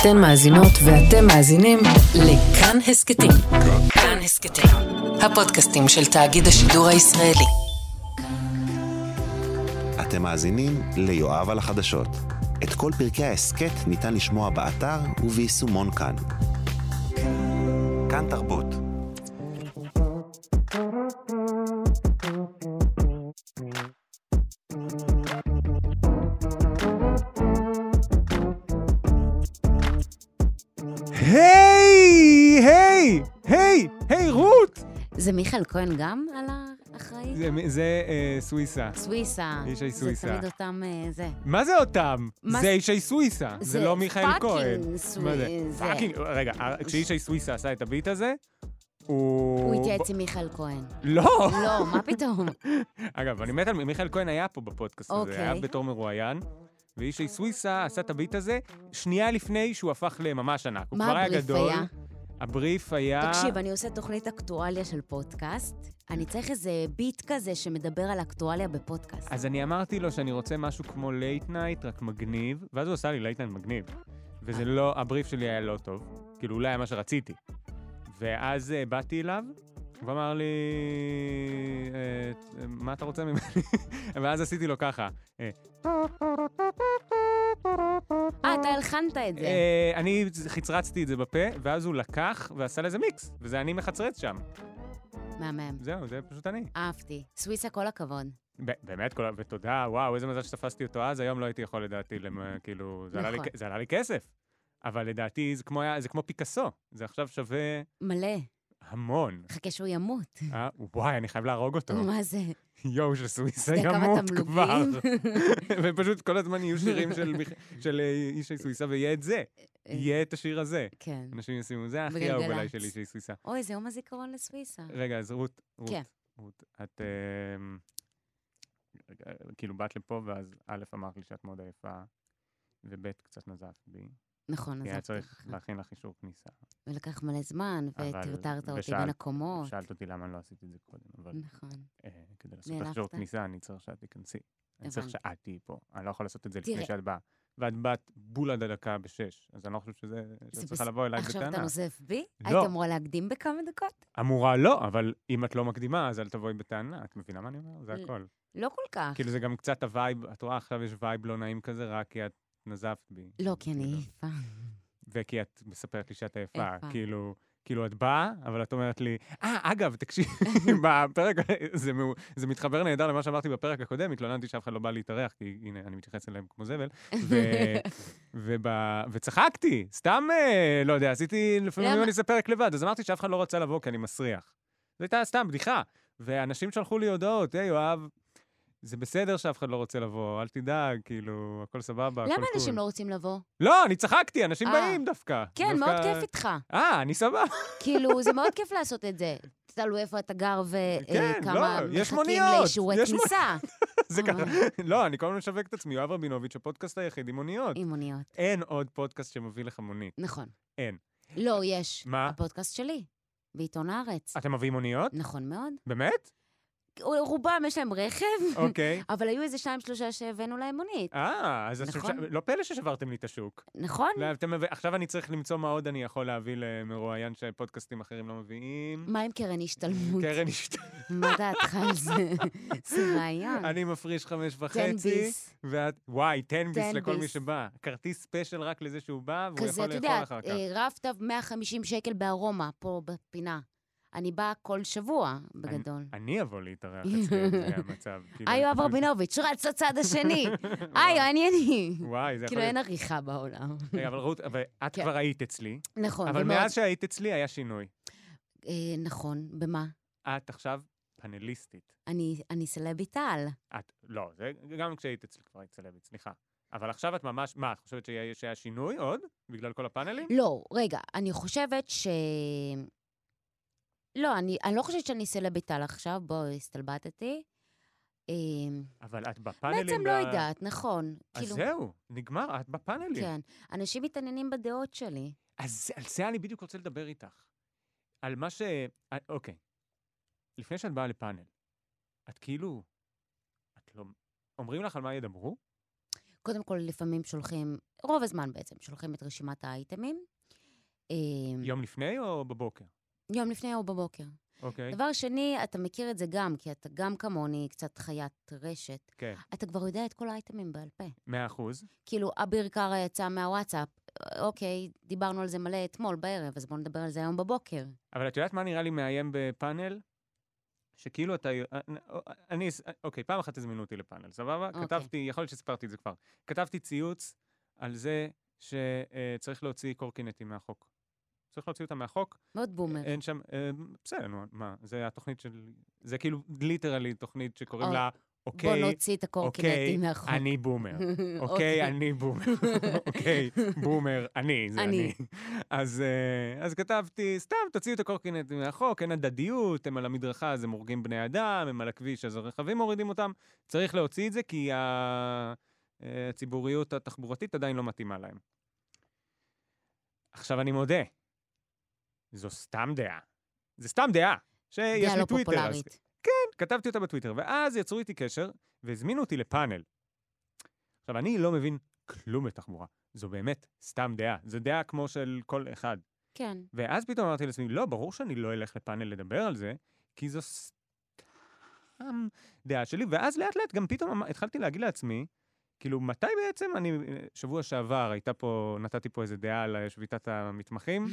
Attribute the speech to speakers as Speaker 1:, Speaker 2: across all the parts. Speaker 1: אתן מאזינות ואתם מאזינים לכאן הסכתים. כאן הסכתים, הפודקאסטים של תאגיד השידור הישראלי.
Speaker 2: אתם מאזינים ליואב על החדשות. את כל פרקי ההסכת ניתן לשמוע באתר וביישומון כאן. כאן תרבות.
Speaker 3: היי, היי, היי, היי רות!
Speaker 4: זה מיכאל כהן גם על האחראי?
Speaker 3: זה, זה אה, סוויסה.
Speaker 4: סוויסה.
Speaker 3: ישי סוויסה.
Speaker 4: זה תמיד אותם, אה, זה.
Speaker 3: מה זה אותם?
Speaker 4: מה
Speaker 3: זה
Speaker 4: זה-
Speaker 3: ישי סוויסה, זה,
Speaker 4: זה
Speaker 3: לא מיכאל
Speaker 4: פאקינג
Speaker 3: כהן.
Speaker 4: סווי-
Speaker 3: מה
Speaker 4: זה.
Speaker 3: פאקינג, רגע, אה, כשישי סוויסה עשה את הביט הזה, הוא...
Speaker 4: הוא התייעץ עם מיכאל כהן.
Speaker 3: לא!
Speaker 4: לא, מה פתאום?
Speaker 3: אה? אגב, אני מת על... מיכאל כהן היה פה בפודקאסט הזה,
Speaker 4: אוקיי.
Speaker 3: היה בתור מרואיין. וישי סוויסה עשה את הביט הזה שנייה לפני שהוא הפך לממש ענק. הוא
Speaker 4: מה
Speaker 3: כבר היה
Speaker 4: הבריף
Speaker 3: גדול.
Speaker 4: היה?
Speaker 3: הבריף היה...
Speaker 4: תקשיב, אני עושה תוכנית אקטואליה של פודקאסט. אני צריך איזה ביט כזה שמדבר על אקטואליה בפודקאסט.
Speaker 3: אז אני אמרתי לו שאני רוצה משהו כמו לייט נייט, רק מגניב, ואז הוא עשה לי לייט נייט מגניב. וזה לא, הבריף שלי היה לא טוב, כאילו אולי היה מה שרציתי. ואז אה, באתי אליו, הוא אמר לי, אה, מה אתה רוצה ממני? ואז עשיתי לו ככה. אה,
Speaker 4: אה, אתה הלחנת את זה.
Speaker 3: אה, אני חצרצתי את זה בפה, ואז הוא לקח ועשה לזה מיקס, וזה אני מחצרץ שם.
Speaker 4: מהמם.
Speaker 3: זהו, זה פשוט אני.
Speaker 4: אהבתי. סוויסה, כל הכבוד.
Speaker 3: ב- באמת, כל ה- ותודה, וואו, איזה מזל שתפסתי אותו אז, היום לא הייתי יכול לדעתי, למ- כאילו, זה עלה לי
Speaker 4: נכון.
Speaker 3: כ- זה עלה לי כסף. אבל לדעתי זה כמו, היה- זה כמו פיקאסו, זה עכשיו שווה
Speaker 4: מלא.
Speaker 3: המון.
Speaker 4: חכה שהוא ימות.
Speaker 3: אה, וואי, אני חייב להרוג אותו.
Speaker 4: מה זה?
Speaker 3: יואו, שסוויסה
Speaker 4: אתה יודע כמה
Speaker 3: ימות
Speaker 4: תמלוגים?
Speaker 3: כבר. ופשוט כל הזמן יהיו שירים של מיכ- של אה, אישי סוויסה, ויהיה את זה, יהיה את השיר הזה.
Speaker 4: כן.
Speaker 3: אנשים ישימו, זה הכי אהוב עליי
Speaker 4: אה, בגלגלצ.
Speaker 3: של אישי סוויסה.
Speaker 4: אוי, זה יום הזיכרון לסוויסה.
Speaker 3: רגע, אז רות, רות,
Speaker 4: כן.
Speaker 3: רות, את אמ, רגע, כאילו באת לפה, ואז א', אמרת לי שאת מאוד עייפה, וב', קצת נזפת בי.
Speaker 4: נכון,
Speaker 3: כי היה
Speaker 4: עזבתי
Speaker 3: כן, צריך
Speaker 4: אותך.
Speaker 3: להכין לך אישור כניסה.
Speaker 4: ולקח מלא זמן,
Speaker 3: אבל-
Speaker 4: וטרטרת אותי
Speaker 3: ושאלת-
Speaker 4: בין הקומות.
Speaker 3: שאלת אותי למה לא עשיתי את זה קודם, אבל
Speaker 4: נכון.
Speaker 3: אה, כדי לעשות לך
Speaker 4: נעלבת?
Speaker 3: אישור כניסה, אני צריך שאת תיכנסי. אני צריך
Speaker 4: הבנתי.
Speaker 3: שאת תהיי פה. אני לא יכול לעשות את זה לפני
Speaker 4: תראה.
Speaker 3: שאת באה. ואת באת בול עד הדקה בשש, אז אני לא חושב שזה... שאת
Speaker 4: זה
Speaker 3: צריכה
Speaker 4: בס-
Speaker 3: לבוא אליי
Speaker 4: עכשיו אתה
Speaker 3: בטענה.
Speaker 4: נוזף בי?
Speaker 3: לא.
Speaker 4: היית אמורה להקדים בכמה דקות?
Speaker 3: אמורה לא, אבל אם את לא מקדימה, אז אל תבואי בטענה. את מבינה מה אני אומר? זה
Speaker 4: ל-
Speaker 3: הכל.
Speaker 4: לא כל כך.
Speaker 3: כאילו זה גם קצת הווייב, את רואה עכשיו יש וייב לא נעים כזה, רק כי את נזפת בי.
Speaker 4: לא, כי אני
Speaker 3: כאילו,
Speaker 4: עייפה.
Speaker 3: וכי את מספרת לי שאת עייפה,
Speaker 4: עייפה.
Speaker 3: כאילו... כאילו את באה, אבל את אומרת לי, אה, אגב, תקשיב, בפרק, זה, מאו- זה מתחבר נהדר למה שאמרתי בפרק הקודם, התלוננתי שאף אחד לא בא להתארח, כי הנה, אני מתייחס אליהם כמו זבל, ו, וב, וצחקתי, סתם, אה, לא יודע, עשיתי, לפעמים
Speaker 4: למה?
Speaker 3: אני עושה פרק לבד, אז אמרתי שאף אחד לא רצה לבוא כי אני מסריח. זו הייתה סתם בדיחה, ואנשים שלחו לי הודעות, היי, יואב, זה בסדר שאף אחד לא רוצה לבוא, אל תדאג, כאילו, הכל סבבה, הכל
Speaker 4: למה אנשים
Speaker 3: cool."
Speaker 4: לא רוצים לבוא?
Speaker 3: לא, אני צחקתי, אנשים
Speaker 4: אה.
Speaker 3: באים דווקא.
Speaker 4: כן, מאוד
Speaker 3: דווקא-
Speaker 4: כיף איתך.
Speaker 3: אה, אני סבבה.
Speaker 4: כאילו, זה מאוד כיף לעשות את זה. תלוי איפה אתה גר
Speaker 3: כן,
Speaker 4: וכמה
Speaker 3: לא, יש
Speaker 4: מחכים
Speaker 3: מוניות,
Speaker 4: לאישורי
Speaker 3: יש מוניות.
Speaker 4: כניסה.
Speaker 3: זה ככה.
Speaker 4: אבל-
Speaker 3: לא, אני כל הזמן משווק את עצמי, יואב רבינוביץ', הפודקאסט היחיד עם מוניות.
Speaker 4: עם מוניות,
Speaker 3: אין עוד פודקאסט שמביא לך מונית.
Speaker 4: נכון.
Speaker 3: אין.
Speaker 4: לא, יש.
Speaker 3: מה? אה.
Speaker 4: הפודקאסט שלי, בעיתון הארץ.
Speaker 3: אתם מביאים מוניות?
Speaker 4: נכון מאוד.
Speaker 3: באמת?
Speaker 4: רובם יש להם רכב,
Speaker 3: אוקיי.
Speaker 4: אבל היו איזה שניים, שלושה שהבאנו להם מונית.
Speaker 3: אה, אז
Speaker 4: נכון.
Speaker 3: השלושה- לא פלא ששברתם לי את השוק.
Speaker 4: נכון?
Speaker 3: לא, אתם מב- עכשיו אני צריך למצוא מה עוד אני יכול להביא למרואיין שפודקאסטים אחרים לא מביאים.
Speaker 4: מה עם קרן השתלמות?
Speaker 3: קרן השתלמות.
Speaker 4: מה דעתך על זה? זה רעיון.
Speaker 3: אני מפריש חמש
Speaker 4: תן
Speaker 3: וחצי.
Speaker 4: ביס.
Speaker 3: ואת, וואי, תן ביס
Speaker 4: תן
Speaker 3: לכל מי
Speaker 4: ביס.
Speaker 3: שבא. כרטיס ספיישל רק לזה שהוא בא, והוא
Speaker 4: כזה,
Speaker 3: יכול
Speaker 4: אתה
Speaker 3: לאכול
Speaker 4: יודע,
Speaker 3: אחר כך.
Speaker 4: אה, רב-תו 150 שקל בארומה, פה בפינה. אני באה כל שבוע, בגדול.
Speaker 3: אני אבוא להתארח אצלי, אם זה יהיה המצב. כאילו,
Speaker 4: היי,
Speaker 3: אני
Speaker 4: יואב
Speaker 3: פשוט-
Speaker 4: רבינוביץ', רץ לצד השני.
Speaker 3: וואי,
Speaker 4: היי, אני אני.
Speaker 3: וואי, זה יכול
Speaker 4: כאילו,
Speaker 3: להיות...
Speaker 4: אין עריכה בעולם.
Speaker 3: רגע, אבל רות, אבל את
Speaker 4: כן.
Speaker 3: כבר היית אצלי,
Speaker 4: נכון,
Speaker 3: אבל
Speaker 4: ומאוד-
Speaker 3: מאז שהיית אצלי היה שינוי.
Speaker 4: אה, נכון, במה?
Speaker 3: את עכשיו פאנליסטית.
Speaker 4: אני- אני סלבית על.
Speaker 3: את, לא, זה גם כשהיית אצלי כבר היית סלבית, סליחה. אבל עכשיו את ממש, מה, את חושבת שהיה שהיה שינוי עוד? בגלל כל הפאנלים?
Speaker 4: לא, רגע, אני חושבת ש... לא, אני, אני לא חושבת שאני סלבית על עכשיו, בואי, הסתלבטתי. אמ,
Speaker 3: אבל את בפאנלים...
Speaker 4: בעצם
Speaker 3: ב-
Speaker 4: לא יודעת, נכון.
Speaker 3: אז
Speaker 4: כאילו,
Speaker 3: אה, זהו, נגמר, את בפאנלים.
Speaker 4: כן. אנשים מתעניינים בדעות שלי.
Speaker 3: אז זה- על זה אני בדיוק רוצה לדבר איתך. על מה ש... אה, אוקיי. לפני שאת באה לפאנל, את כאילו... את לא... אומרים לך על מה ידברו?
Speaker 4: קודם כל, לפעמים שולחים, רוב הזמן בעצם, שולחים את רשימת האייטמים. אה,
Speaker 3: יום לפני או בבוקר?
Speaker 4: יום לפני או בבוקר.
Speaker 3: אוקיי.
Speaker 4: דבר שני, אתה מכיר את זה גם, כי אתה גם כמוני קצת חיית רשת.
Speaker 3: כן,
Speaker 4: אתה כבר יודע את כל האייטמים בעל פה.
Speaker 3: מאה אחוז.
Speaker 4: כאילו, אביר קארה יצא מהוואטסאפ, אוקיי, דיברנו על זה מלא אתמול בערב, אז בואו נדבר על זה היום בבוקר.
Speaker 3: אבל את יודעת מה נראה לי מאיים בפאנל? שכאילו אתה... אה, אני... אוקיי, פעם אחת הזמינו אותי לפאנל, סבבה?
Speaker 4: אוקיי.
Speaker 3: כתבתי, יכול להיות שסיפרתי את זה כבר. כתבתי ציוץ על זה שצריך להוציא קורקינטים מהחוק. צריך להוציא אותם מהחוק,
Speaker 4: מאוד בומר.
Speaker 3: אין שם... אה, בסדר, נו, מה, זה התוכנית של... זה כאילו ליטרלי תוכנית שקוראים
Speaker 4: או-
Speaker 3: לה,
Speaker 4: אה, בוא
Speaker 3: אוקיי,
Speaker 4: נוציא את הקורקינטים מהחוק.
Speaker 3: אני בומר. אוקיי, אני בומר. אוקיי, בומר, אני, זה
Speaker 4: אני.
Speaker 3: אני. אז, אה, אז כתבתי, סתם, תוציאו את הקורקינט מהחוק, אין הדדיות, הם על המדרכה, אז הם הורגים בני אדם, הם על הכביש, אז הרכבים מורידים אותם. צריך להוציא את זה, כי ה- אה, הציבוריות התחבורתית עדיין לא מתאימה להם. עכשיו אני מודה, זו סתם דעה. זה סתם דעה, שיש
Speaker 4: דעה
Speaker 3: לי
Speaker 4: לא
Speaker 3: טוויטר. אז-
Speaker 4: פופולרית.
Speaker 3: כתבתי אותה בטוויטר, ואז יצרו איתי קשר והזמינו אותי לפאנל. עכשיו, אני לא מבין כלום בתחבורה. זו באמת סתם דעה. זו דעה כמו של כל אחד.
Speaker 4: כן.
Speaker 3: ואז פתאום אמרתי לעצמי, לא, ברור שאני לא אלך לפאנל לדבר על זה, כי זו סתם דעה שלי. ואז לאט לאט גם פתאום אמ- התחלתי להגיד לעצמי, כאילו, מתי בעצם אני, שבוע שעבר הייתה פה, נתתי פה איזה דעה על שביתת המתמחים,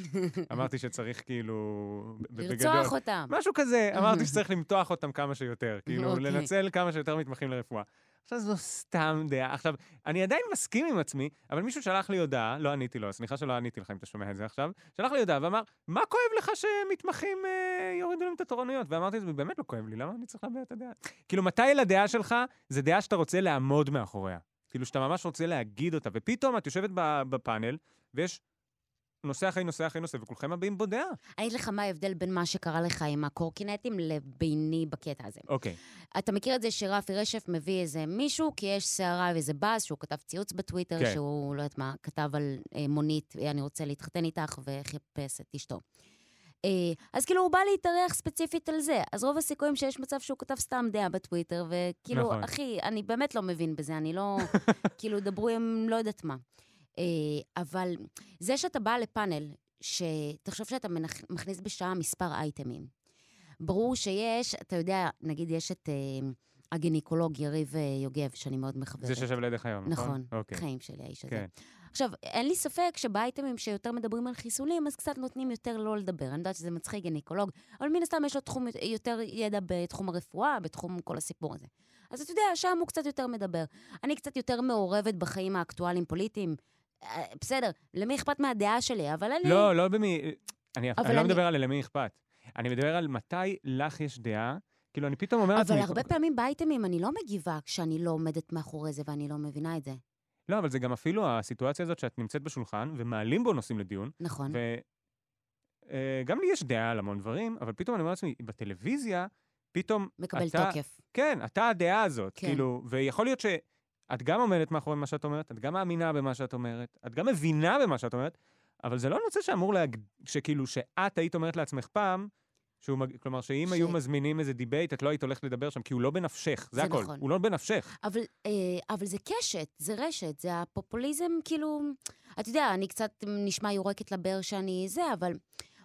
Speaker 3: אמרתי שצריך כאילו... ב- בגדול-
Speaker 4: לרצוח אותם.
Speaker 3: משהו כזה, אמרתי שצריך למתוח אותם כמה שיותר, כאילו,
Speaker 4: אוקיי.
Speaker 3: לנצל כמה שיותר מתמחים לרפואה. עכשיו, זו סתם דעה. עכשיו, אני עדיין מסכים עם עצמי, אבל מישהו שלח לי הודעה, לא עניתי לו, סליחה שלא עניתי לך אם אתה שומע את זה עכשיו, שלח לי הודעה ואמר, מה כואב לך שמתמחים אה, יורידו להם את התורנויות? ואמרתי, זה באמת לא כואב לי, למה אני צריך להביע את הדעה? כאילו, מתי לדעה שלך, זה דעה שאתה רוצה לעמוד מאחוריה. כאילו, שאתה ממש רוצה להגיד אותה, ופתאום את יושבת ב- בפאנל, ויש נושא אחרי נושא אחרי נושא, וכולכם מביעים בו דעה.
Speaker 4: אני אגיד לך מה ההבדל בין מה שקרה לך עם הקורקינטים לביני בקטע הזה.
Speaker 3: אוקיי.
Speaker 4: אתה מכיר את זה שרפי רשף מביא איזה מישהו, כי יש סערה ואיזה באז, שהוא כתב ציוץ בטוויטר,
Speaker 3: כן.
Speaker 4: שהוא, לא יודעת מה, כתב על אה, מונית, אה, אני רוצה להתחתן איתך, וחיפש את אשתו. אה, אז כאילו, הוא בא להתארח ספציפית על זה. אז רוב הסיכויים שיש מצב שהוא כתב סתם דעה בטוויטר, וכאילו,
Speaker 3: נכון.
Speaker 4: נכון. אחי, אני באמת לא מבין בזה, אני לא... כאילו, דברו עם לא יודעת מה. אה, אבל זה שאתה בא לפאנל, שתחשוב שאתה מנכ... מכניס בשעה מספר אייטמים. ברור שיש, אתה יודע, נגיד יש את אה, הגינקולוג יריב אה, יוגב, שאני מאוד מחבבת.
Speaker 3: זה שיושב לידך היום, נכון?
Speaker 4: אוקיי. נכון,
Speaker 3: אוקיי.
Speaker 4: חיים שלי, האיש הזה.
Speaker 3: כן.
Speaker 4: עכשיו, אין לי ספק שבאייטמים שיותר מדברים על חיסולים, אז קצת נותנים יותר לא לדבר. אני יודעת שזה מצחיק, גניקולוג, אבל מן הסתם יש לו תחום, יותר ידע בתחום הרפואה, בתחום כל הסיפור הזה. אז אתה יודע, שם הוא קצת יותר מדבר. אני קצת יותר מעורבת בחיים האקטואליים-פוליטיים. אה, בסדר, למי אכפת מהדעה שלי, אבל אני...
Speaker 3: לא, לא במי... אני,
Speaker 4: אבל
Speaker 3: אני לא
Speaker 4: אני-
Speaker 3: מדבר על למי אכפת. אני מדבר על מתי לך יש דעה. כאילו, אני פתאום אומר לעצמי... "אוקיי."
Speaker 4: אבל הרבה פעמים באייטמים אני לא מגיבה כשאני לא עומדת מאחורי זה ואני לא מבינה את זה.
Speaker 3: לא, אבל זה גם אפילו הסיטואציה הזאת שאת נמצאת בשולחן ומעלים בו נושאים לדיון,
Speaker 4: נכון.
Speaker 3: ו... אה, גם לי יש דעה על המון דברים, אבל פתאום אני אומר לעצמי, בטלוויזיה, פתאום
Speaker 4: מקבל
Speaker 3: אתה...
Speaker 4: תוקף.
Speaker 3: כן, אתה הדעה הזאת, כן.
Speaker 4: כן.
Speaker 3: כאילו, ויכול להיות שאת גם עומדת מאחורי מה שאת אומרת, את גם מאמינה במה שאת אומרת, את גם מבינה במה שאת אומרת, אבל זה לא נושא שאמור להג... שכאילו, שאת היית אומרת לעצמך פעם, שהוא מג... כלומר, שאם
Speaker 4: ש-
Speaker 3: ש... היו מזמינים איזה דיבייט, את לא היית הולכת לדבר שם, כי הוא לא בנפשך, זה,
Speaker 4: זה
Speaker 3: הכל.
Speaker 4: נכון.
Speaker 3: הוא לא בנפשך.
Speaker 4: אבל, אה, אבל זה קשת, זה רשת, זה הפופוליזם, כאילו... אתה יודע, אני קצת נשמע יורקת לבאר שאני זה, אבל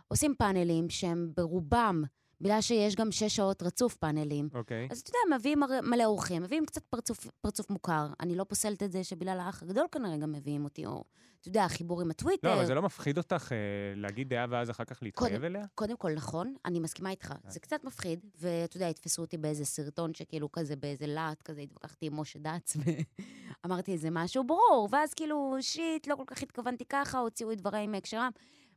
Speaker 4: עושים פאנלים שהם ברובם, בגלל שיש גם שש שעות רצוף פאנלים.
Speaker 3: אוקיי.
Speaker 4: אז אתה יודע, מביאים הרי- מלא אורחים, מביאים קצת פרצוף, פרצוף מוכר. אני לא פוסלת את זה שבגלל האח הגדול כנראה גם מביאים אותי, או, אתה יודע, החיבור עם הטוויטר.
Speaker 3: לא, אבל זה לא מפחיד אותך אה, להגיד דעה ואז אחר כך להתחייב
Speaker 4: קודם-
Speaker 3: אליה?
Speaker 4: קודם כל, נכון, אני מסכימה איתך. זה קצת מפחיד, ואתה יודע, יתפסו אותי באיזה סרטון שכאילו כזה, באיזה להט כזה, התווכחתי עם משה דץ, ואמרתי איזה משהו ברור, ואז כאילו, שיט, לא כל כך התכוונתי ככה, הוציאו את דבריי מהקשרם.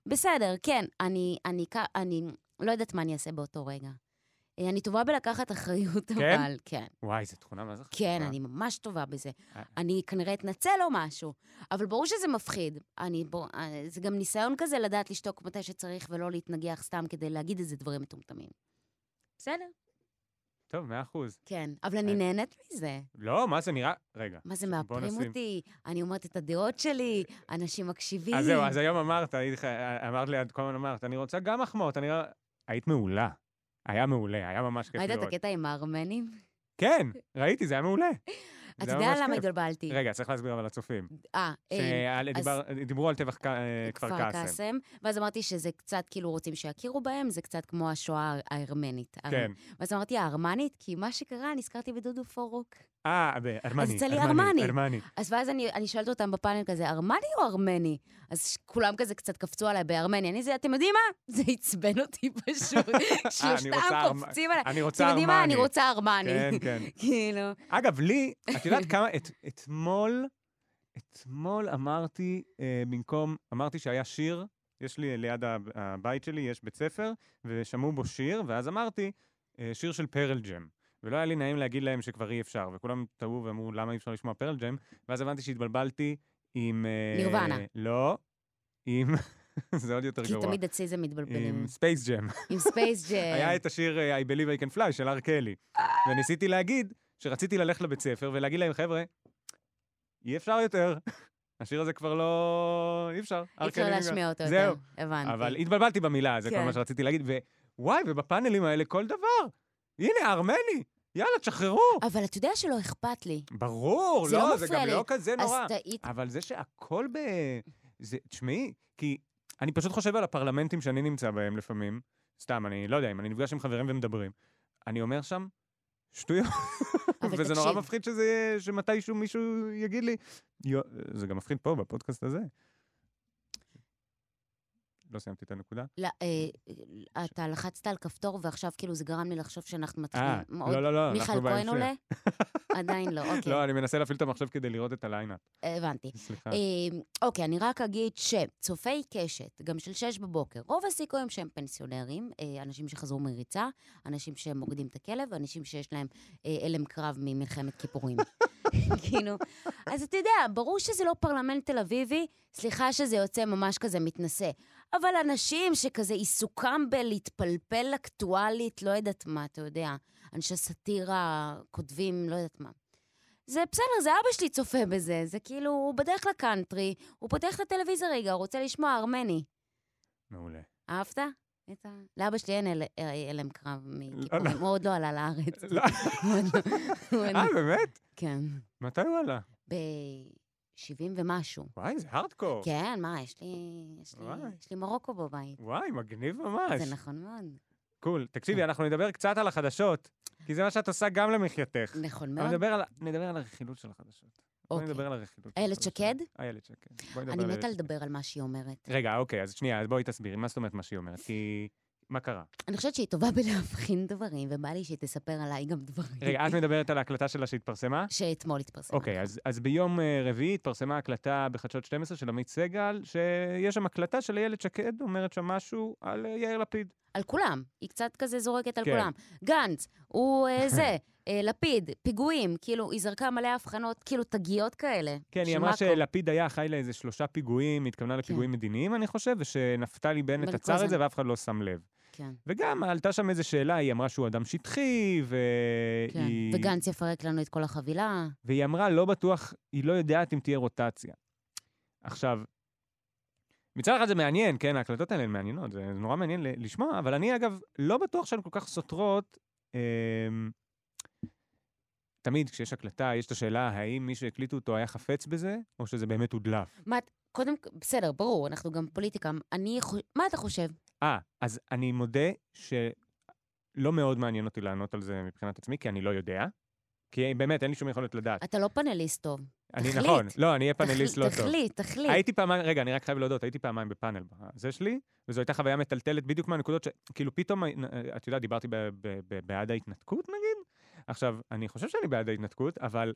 Speaker 4: בסדר, כן, אני, אני, כ- אני לא יודעת מה אני אעשה באותו רגע. אה, אני טובה בלקחת אחריות,
Speaker 3: כן?
Speaker 4: אבל כן.
Speaker 3: וואי, זו תכונה מה זה חשובה.
Speaker 4: כן, אני ממש טובה בזה.
Speaker 3: אה.
Speaker 4: אני כנראה אתנצל או משהו, אבל ברור שזה מפחיד. אני, בור- אה, זה גם ניסיון כזה לדעת לשתוק מתי שצריך ולא להתנגח סתם כדי להגיד איזה דברים מטומטמים. בסדר.
Speaker 3: טוב, מאה אחוז.
Speaker 4: כן, אבל אני
Speaker 3: אה.
Speaker 4: נהנית מזה.
Speaker 3: לא, מה זה נראה... רגע.
Speaker 4: מה זה,
Speaker 3: בוא
Speaker 4: מאפרים
Speaker 3: נשים-
Speaker 4: אותי? אני אומרת את הדעות שלי, אנשים מקשיבים.
Speaker 3: אז זהו, אז היום אמרת, היית לך- אמרת לי, את כל הזמן אמרת, אני רוצה גם מחמאות, אני... ר- היית מעולה. היה מעולה, היה ממש כיף
Speaker 4: ראית
Speaker 3: לראות.
Speaker 4: את הקטע עם הארמנים?
Speaker 3: כן, ראיתי, זה היה מעולה.
Speaker 4: אתה
Speaker 3: זה
Speaker 4: יודע
Speaker 3: ממש
Speaker 4: למה
Speaker 3: כיף.
Speaker 4: התבלבלתי.
Speaker 3: רגע, צריך להסביר אבל לצופים.
Speaker 4: אה, אה,
Speaker 3: שעל-
Speaker 4: אז-
Speaker 3: דיבר- דיברו על טבח ק- אה, כפר קאסם.
Speaker 4: ואז אמרתי שזה קצת כאילו רוצים שיכירו בהם, זה קצת כמו השואה הארמנית.
Speaker 3: כן.
Speaker 4: ואז אמרתי הארמנית, כי מה שקרה, נזכרתי בדודו פורוק.
Speaker 3: אה, ב- ארמני,
Speaker 4: אצלי
Speaker 3: ארמני,
Speaker 4: ארמני.
Speaker 3: ארמני.
Speaker 4: אז ואז אני, אני שואלת אותם בפאנל כזה, ארמני או ארמני? אז ש- כולם כזה קצת קפצו עליי בארמני. אני זה, אתם יודעים מה? זה עצבן אותי פשוט. שלושתם
Speaker 3: אה, רוצה ארמ-
Speaker 4: קופצים עליי.
Speaker 3: אני
Speaker 4: אה, אתם
Speaker 3: רוצה
Speaker 4: יודעים מה? אני
Speaker 3: ארמני.
Speaker 4: רוצה ארמני.
Speaker 3: כן, כן.
Speaker 4: כאילו,
Speaker 3: אגב, לי, את יודעת כמה, את, אתמול, אתמול אמרתי, אה, במקום, אמרתי שהיה שיר, יש לי ליד הב- הבית שלי, יש בית ספר, ושמעו בו שיר, ואז אמרתי, אה, שיר של פרל ג'ם. ולא היה לי נעים להגיד להם שכבר אי אפשר, וכולם טעו ואמרו, למה אי אפשר לשמוע פרל ג'ם? ואז הבנתי שהתבלבלתי עם... אה,
Speaker 4: נירוונה.
Speaker 3: לא, עם... זה עוד יותר
Speaker 4: כי
Speaker 3: גרוע.
Speaker 4: תמיד אצלי זה מתבלבלים.
Speaker 3: עם ספייס ג'ם.
Speaker 4: עם ספייס ג'ם.
Speaker 3: היה את השיר אה, I Believe I Can Fly של הר קלי. וניסיתי להגיד שרציתי ללכת לבית ספר ולהגיד להם, חבר'ה, אי אפשר יותר. השיר הזה כבר לא... אי אפשר.
Speaker 4: אי
Speaker 3: R.
Speaker 4: אפשר
Speaker 3: Kelly
Speaker 4: להשמיע אותו
Speaker 3: זהו.
Speaker 4: יותר. הבנתי.
Speaker 3: אבל התבלבלתי במילה, זה כל
Speaker 4: כן.
Speaker 3: מה שרציתי להגיד. ווואי, ובפאנלים האלה כל דבר. הנה, ארמני. יאללה, תשחררו.
Speaker 4: אבל אתה יודע שלא אכפת לי.
Speaker 3: ברור,
Speaker 4: זה
Speaker 3: לא,
Speaker 4: לא
Speaker 3: זה
Speaker 4: מפריע
Speaker 3: גם
Speaker 4: לי.
Speaker 3: לא כזה
Speaker 4: אז
Speaker 3: נורא.
Speaker 4: טעית.
Speaker 3: אבל זה שהכל ב... זה, תשמעי, כי אני פשוט חושב על הפרלמנטים שאני נמצא בהם לפעמים, סתם, אני לא יודע, אם אני נפגש עם חברים ומדברים, אני אומר שם, שטויות.
Speaker 4: אבל
Speaker 3: וזה נורא
Speaker 4: תקשיב.
Speaker 3: מפחיד שזה, יהיה- שמתישהו מישהו יגיד לי, יו, זה גם מפחיד פה, בפודקאסט הזה. לא סיימתי את הנקודה.
Speaker 4: לא, אה, אתה לחצת על כפתור, ועכשיו כאילו זה גרם לי לחשוב שאנחנו מתחילים
Speaker 3: אה,
Speaker 4: מאוד.
Speaker 3: לא, לא, לא, אנחנו
Speaker 4: מיכאל כהן
Speaker 3: בהמשך.
Speaker 4: עולה? עדיין לא, אוקיי.
Speaker 3: לא, אני מנסה להפעיל את המחשב כדי לראות את הליינאפ.
Speaker 4: הבנתי.
Speaker 3: סליחה.
Speaker 4: אה, אוקיי, אני רק אגיד שצופי קשת, גם של שש בבוקר, רוב הסיכויים שהם פנסיונרים, אה, אנשים שחזרו מריצה, אנשים שמוקדים את הכלב, ואנשים שיש להם אה, הלם קרב ממלחמת כיפורים. כאילו, אז אתה יודע, ברור שזה לא פרלמנט תל אביבי, סליחה שזה יוצא ממש כזה מתנשא, אבל אנשים שכזה עיסוקם בלהתפלפל אקטואלית, לא יודעת מה, אתה יודע, אנשי סאטירה, כותבים, לא יודעת מה. זה בסדר, זה אבא שלי צופה בזה, זה כאילו, הוא בדרך לקאנטרי, הוא פותח את הטלוויזיה רגע, הוא רוצה לשמוע ארמני.
Speaker 3: מעולה.
Speaker 4: אהבת? את ה... לאבא שלי אין אל- אה, הלם קרב
Speaker 3: לא.
Speaker 4: מכיפורים, הוא עוד לא עלה לארץ.
Speaker 3: לא.
Speaker 4: הוא עוד לא- הוא עוד לא-
Speaker 3: אה, באמת?
Speaker 4: כן.
Speaker 3: מתי הוא עלה?
Speaker 4: ב-70 ומשהו.
Speaker 3: וואי, זה הארדקור.
Speaker 4: כן, מה, יש לי... יש לי-
Speaker 3: וואי. אה,
Speaker 4: יש לי מרוקו בבית.
Speaker 3: וואי, מגניב ממש.
Speaker 4: זה נכון כן. מאוד.
Speaker 3: קול. תקשיבי, אנחנו נדבר קצת על החדשות, כי זה מה שאת עושה גם למחייתך.
Speaker 4: נכון
Speaker 3: אבל
Speaker 4: מאוד.
Speaker 3: נדבר על ה- נדבר על הרכילות של החדשות. בואי נדבר
Speaker 4: אוקיי.
Speaker 3: על הרכילות. של
Speaker 4: איילת
Speaker 3: החדשות.
Speaker 4: שקד?
Speaker 3: איילת שקד. בואי נדבר
Speaker 4: אני
Speaker 3: על
Speaker 4: מתה
Speaker 3: איילת שקד.
Speaker 4: לדבר על מה שהיא אומרת.
Speaker 3: רגע, אוקיי, אז שנייה, אז בואי תסבירי. מה זאת אומרת מה שהיא אומרת? כי... מה קרה?
Speaker 4: אני חושבת שהיא טובה בלהבחין דברים, ובא לי שהיא תספר עליי גם דברים.
Speaker 3: רגע, את מדברת על ההקלטה שלה שהתפרסמה?
Speaker 4: שאתמול התפרסם.
Speaker 3: אוקיי, אז, אז ביום אה, רביעי התפרסמה הקלטה בחדשות 12 של עמית סגל, שיש שם הקלטה של איילת שקד אומרת שם משהו על אה, יאיר לפיד.
Speaker 4: על כולם. היא קצת כזה זורקת על
Speaker 3: כן.
Speaker 4: כולם. גנץ, הוא אה, זה, אה, לפיד, פיגועים, כאילו, היא זרקה מלא הבחנות, כאילו, תגיות כאלה.
Speaker 3: כן, היא
Speaker 4: של
Speaker 3: אמרה
Speaker 4: מאקו.
Speaker 3: שלפיד היה אחראי לאיזה שלושה פיגועים, התכוונה לפיגועים מדיניים, אני חושב, ושנפתלי בנט
Speaker 4: אבל
Speaker 3: עצר
Speaker 4: כל
Speaker 3: את זה ואף אחד לא שם לב.
Speaker 4: כן,
Speaker 3: וגם עלתה שם איזו שאלה, היא אמרה שהוא אדם שטחי,
Speaker 4: כן.
Speaker 3: והיא...
Speaker 4: וגנץ יפרק לנו את כל החבילה.
Speaker 3: והיא אמרה, לא בטוח, היא לא יודעת אם תהיה רוטציה. עכשיו, מצד אחד זה מעניין, כן, ההקלטות האלה הן מעניינות, זה נורא מעניין ל- לשמוע, אבל אני אגב, לא בטוח שהן כל כך סותרות. אמ, תמיד כשיש הקלטה, יש את השאלה האם מי שהקליטו אותו היה חפץ בזה, או שזה באמת הודלף.
Speaker 4: מה, את- קודם, כ- בסדר, ברור, אנחנו גם פוליטיקה. אני, חו- מה אתה חושב?
Speaker 3: אה, אז אני מודה שלא מאוד מעניין אותי לענות על זה מבחינת עצמי, כי אני לא יודע. כי באמת, אין לי שום יכולת לדעת.
Speaker 4: אתה לא פאנליסט טוב.
Speaker 3: אני
Speaker 4: תחליט.
Speaker 3: נכון. לא, אני אהיה פאנליסט
Speaker 4: תחל-
Speaker 3: לא טוב.
Speaker 4: תחליט, תחליט.
Speaker 3: הייתי פעמיים, רגע, אני רק חייב להודות, הייתי פעמיים בפאנל בזה שלי, וזו הייתה חוויה מטלטלת בדיוק מהנקודות ש... כאילו פתאום, אה, את יודעת, דיברתי ב- ב- ב- בעד ההתנתקות נגיד? עכשיו, אני חושב שאני בעד ההתנתקות, אבל...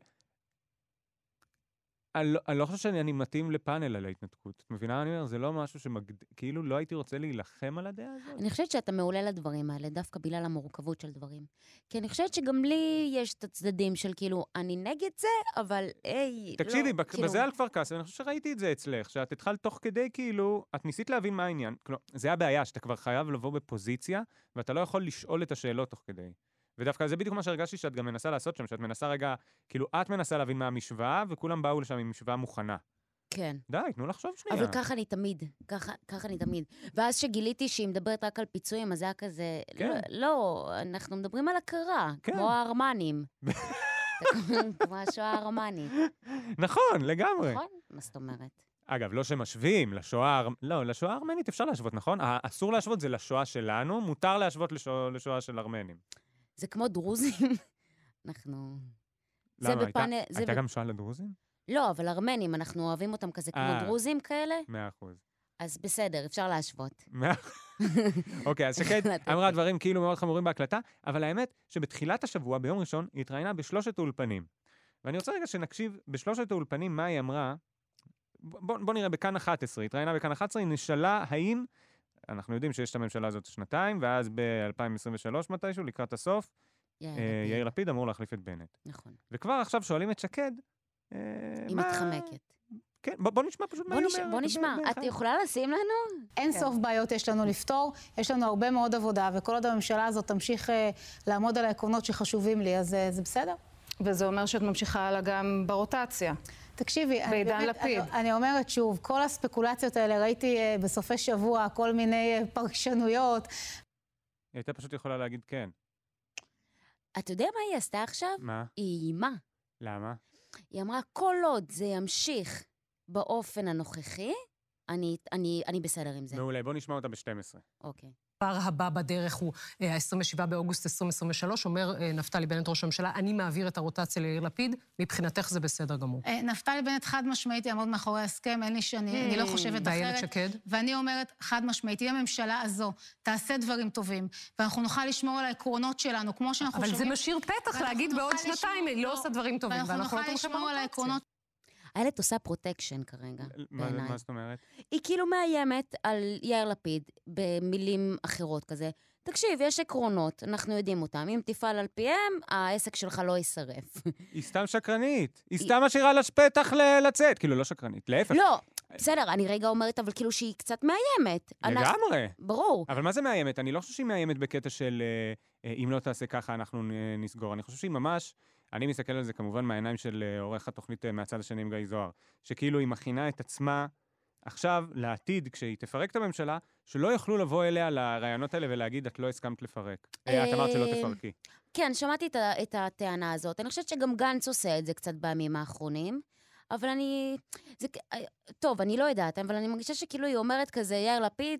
Speaker 3: אני לא, אני לא חושב שאני אני מתאים לפאנל על ההתנתקות. את מבינה מה אני אומר? זה לא משהו שמגד... כאילו, לא הייתי רוצה להילחם על הדעה הזאת.
Speaker 4: אני חושבת שאתה מעולה לדברים האלה, דווקא בגלל המורכבות של דברים. כי אני חושבת שגם לי יש את הצדדים של כאילו, אני נגד זה, אבל היי, לא,
Speaker 3: תקשיבי, בק-
Speaker 4: כאילו-
Speaker 3: בזה על כפר קאסם, אני חושב שראיתי את זה אצלך, שאת התחלת תוך כדי, כאילו, את ניסית להבין מה העניין. כלומר, זה הבעיה, שאתה כבר חייב לבוא בפוזיציה, ואתה לא יכול לשאול את השאלות תוך כדי. ודווקא זה בדיוק מה שהרגשתי שאת גם מנסה לעשות שם, שאת מנסה רגע, כאילו, את מנסה להבין מה המשוואה, וכולם באו לשם עם משוואה מוכנה.
Speaker 4: כן.
Speaker 3: די, תנו לחשוב שנייה.
Speaker 4: אבל ככה אני תמיד, ככה, ככה אני תמיד. ואז שגיליתי שהיא מדברת רק על פיצויים, אז זה היה כזה,
Speaker 3: כן.
Speaker 4: לא, לא, אנחנו מדברים על הכרה,
Speaker 3: כן.
Speaker 4: כמו הארמנים. אתה כמו השואה הרומנית,
Speaker 3: נכון, לגמרי.
Speaker 4: נכון? מה זאת אומרת?
Speaker 3: אגב, לא שמשווים, לשואה... האר- לא, לשואה הארמנית אפשר להשוות, נכון? ה- אסור להשוות זה לשואה שלנו, מותר להשוות לשוא- לשואה של ארמנים.
Speaker 4: זה כמו דרוזים. אנחנו... זה
Speaker 3: למה? הייתה-
Speaker 4: בפאנל- זה
Speaker 3: הייתה
Speaker 4: ב-
Speaker 3: גם שואה לדרוזים?
Speaker 4: לא, אבל ארמנים, אנחנו אוהבים אותם כזה
Speaker 3: אה.
Speaker 4: כמו דרוזים כאלה,
Speaker 3: מאה אחוז.
Speaker 4: אז בסדר, אפשר להשוות.
Speaker 3: מאה אוקיי, אז שקד
Speaker 4: החלטתי.
Speaker 3: אמרה דברים כאילו מאוד חמורים בהקלטה, אבל האמת שבתחילת השבוע, ביום ראשון, היא התראיינה בשלושת האולפנים. ואני רוצה רגע שנקשיב בשלושת האולפנים מה היא אמרה. ב- בוא, בוא נראה בכאן 11, היא התראיינה בכאן 11, היא נשאלה האם, אנחנו יודעים שיש את הממשלה הזאת שנתיים, ואז ב-2023 מתישהו, לקראת הסוף, אה,
Speaker 4: לפיד.
Speaker 3: יאיר לפיד אמור להחליף את בנט.
Speaker 4: נכון.
Speaker 3: וכבר עכשיו שואלים את שקד, אה,
Speaker 4: היא
Speaker 3: מה-
Speaker 4: מתחמקת.
Speaker 3: כן, בוא, בוא נשמע פשוט מה
Speaker 4: בוא
Speaker 3: היא
Speaker 4: נש-
Speaker 3: אומרת.
Speaker 4: בוא
Speaker 3: ב-
Speaker 4: נשמע, את
Speaker 3: באחד.
Speaker 4: יכולה לשים לנו?
Speaker 5: אין סוף בעיות יש לנו לפתור, יש לנו הרבה מאוד עבודה, וכל עוד הממשלה הזאת תמשיך אה, לעמוד על העקרונות שחשובים לי, אז אה, זה בסדר.
Speaker 6: וזה אומר שאת ממשיכה הלאה גם ברוטציה.
Speaker 5: תקשיבי, אני
Speaker 6: בעידן
Speaker 5: באמת,
Speaker 6: לפיד.
Speaker 5: אני, אני אומרת שוב, כל הספקולציות האלה, ראיתי אה, בסופי שבוע כל מיני אה, פרשנויות.
Speaker 3: היא הייתה פשוט יכולה להגיד כן.
Speaker 4: אתה יודע מה היא עשתה עכשיו?
Speaker 3: מה?
Speaker 4: היא איימה.
Speaker 3: למה?
Speaker 4: היא אמרה, כל עוד זה ימשיך באופן הנוכחי, אני, אני, אני בסדר עם זה.
Speaker 3: מעולה, בוא נשמע אותה ב-12.
Speaker 4: אוקיי.
Speaker 7: הדבר הבא בדרך הוא אה, ה-27 באוגוסט 2023, אומר אה, נפתלי בנט, ראש הממשלה, אני מעביר את הרוטציה ליאיר לפיד, מבחינתך זה בסדר גמור.
Speaker 5: אה, נפתלי בנט חד משמעית יעמוד מאחורי ההסכם, אין לי שאני, אני לא חושבת אחרת.
Speaker 7: ואיילת שקד?
Speaker 5: ואני אומרת חד משמעית, אם הממשלה הזו תעשה דברים טובים, ואנחנו נוכל לשמור על העקרונות שלנו, כמו שאנחנו
Speaker 7: אבל זה
Speaker 5: שומרים...
Speaker 7: משאיר פתח
Speaker 5: ואנחנו
Speaker 7: להגיד
Speaker 5: נוכל
Speaker 7: בעוד
Speaker 5: לשמור-
Speaker 7: שנתיים, היא
Speaker 5: לא,
Speaker 7: לא עושה דברים טובים,
Speaker 5: ואנחנו
Speaker 7: ואנחנו לא
Speaker 5: נוכל
Speaker 7: תומכים
Speaker 5: לשמור על
Speaker 7: ברוטציה.
Speaker 5: העקרונות
Speaker 4: איילת עושה פרוטקשן כרגע,
Speaker 3: מה זה-
Speaker 4: בעיניי.
Speaker 3: מה זאת אומרת?
Speaker 4: היא כאילו מאיימת על יאיר לפיד במילים אחרות כזה. תקשיב, יש עקרונות, אנחנו יודעים אותם. אם תפעל על פיהם, העסק שלך לא יישרף.
Speaker 3: היא סתם שקרנית. היא
Speaker 4: היא-
Speaker 3: סתם משאירה לה פתח ל- לצאת. כאילו, לא שקרנית, להפך.
Speaker 4: לא, בסדר, אני רגע אומרת, אבל כאילו שהיא קצת מאיימת. אנחנו-
Speaker 3: לגמרי.
Speaker 4: ברור.
Speaker 3: אבל מה זה מאיימת? אני לא חושב שהיא מאיימת בקטע של אה, אה, אם לא תעשה ככה אנחנו נ- נסגור. אני חושב שהיא ממש, אני מסתכל על זה כמובן מהעיניים של אה, עורך התוכנית אה, מהצד השני עם גיא זוהר, שכאילו היא מכינה את עצמה עכשיו, לעתיד, כשהיא תפרק את הממשלה, שלא יוכלו לבוא אליה לרעיונות האלה ולהגיד, את לא הסכמת לפרק. אה, את אמרת שלא
Speaker 4: אה,
Speaker 3: תפרקי.
Speaker 4: כן, שמעתי את, ה- את הטענה הזאת. אני חושבת שגם גנץ עושה את זה קצת בימים האחרונים. אבל אני... זה... כ- אה, טוב, אני לא יודעת, אבל אני מרגישה שכאילו היא אומרת כזה, יאיר לפיד,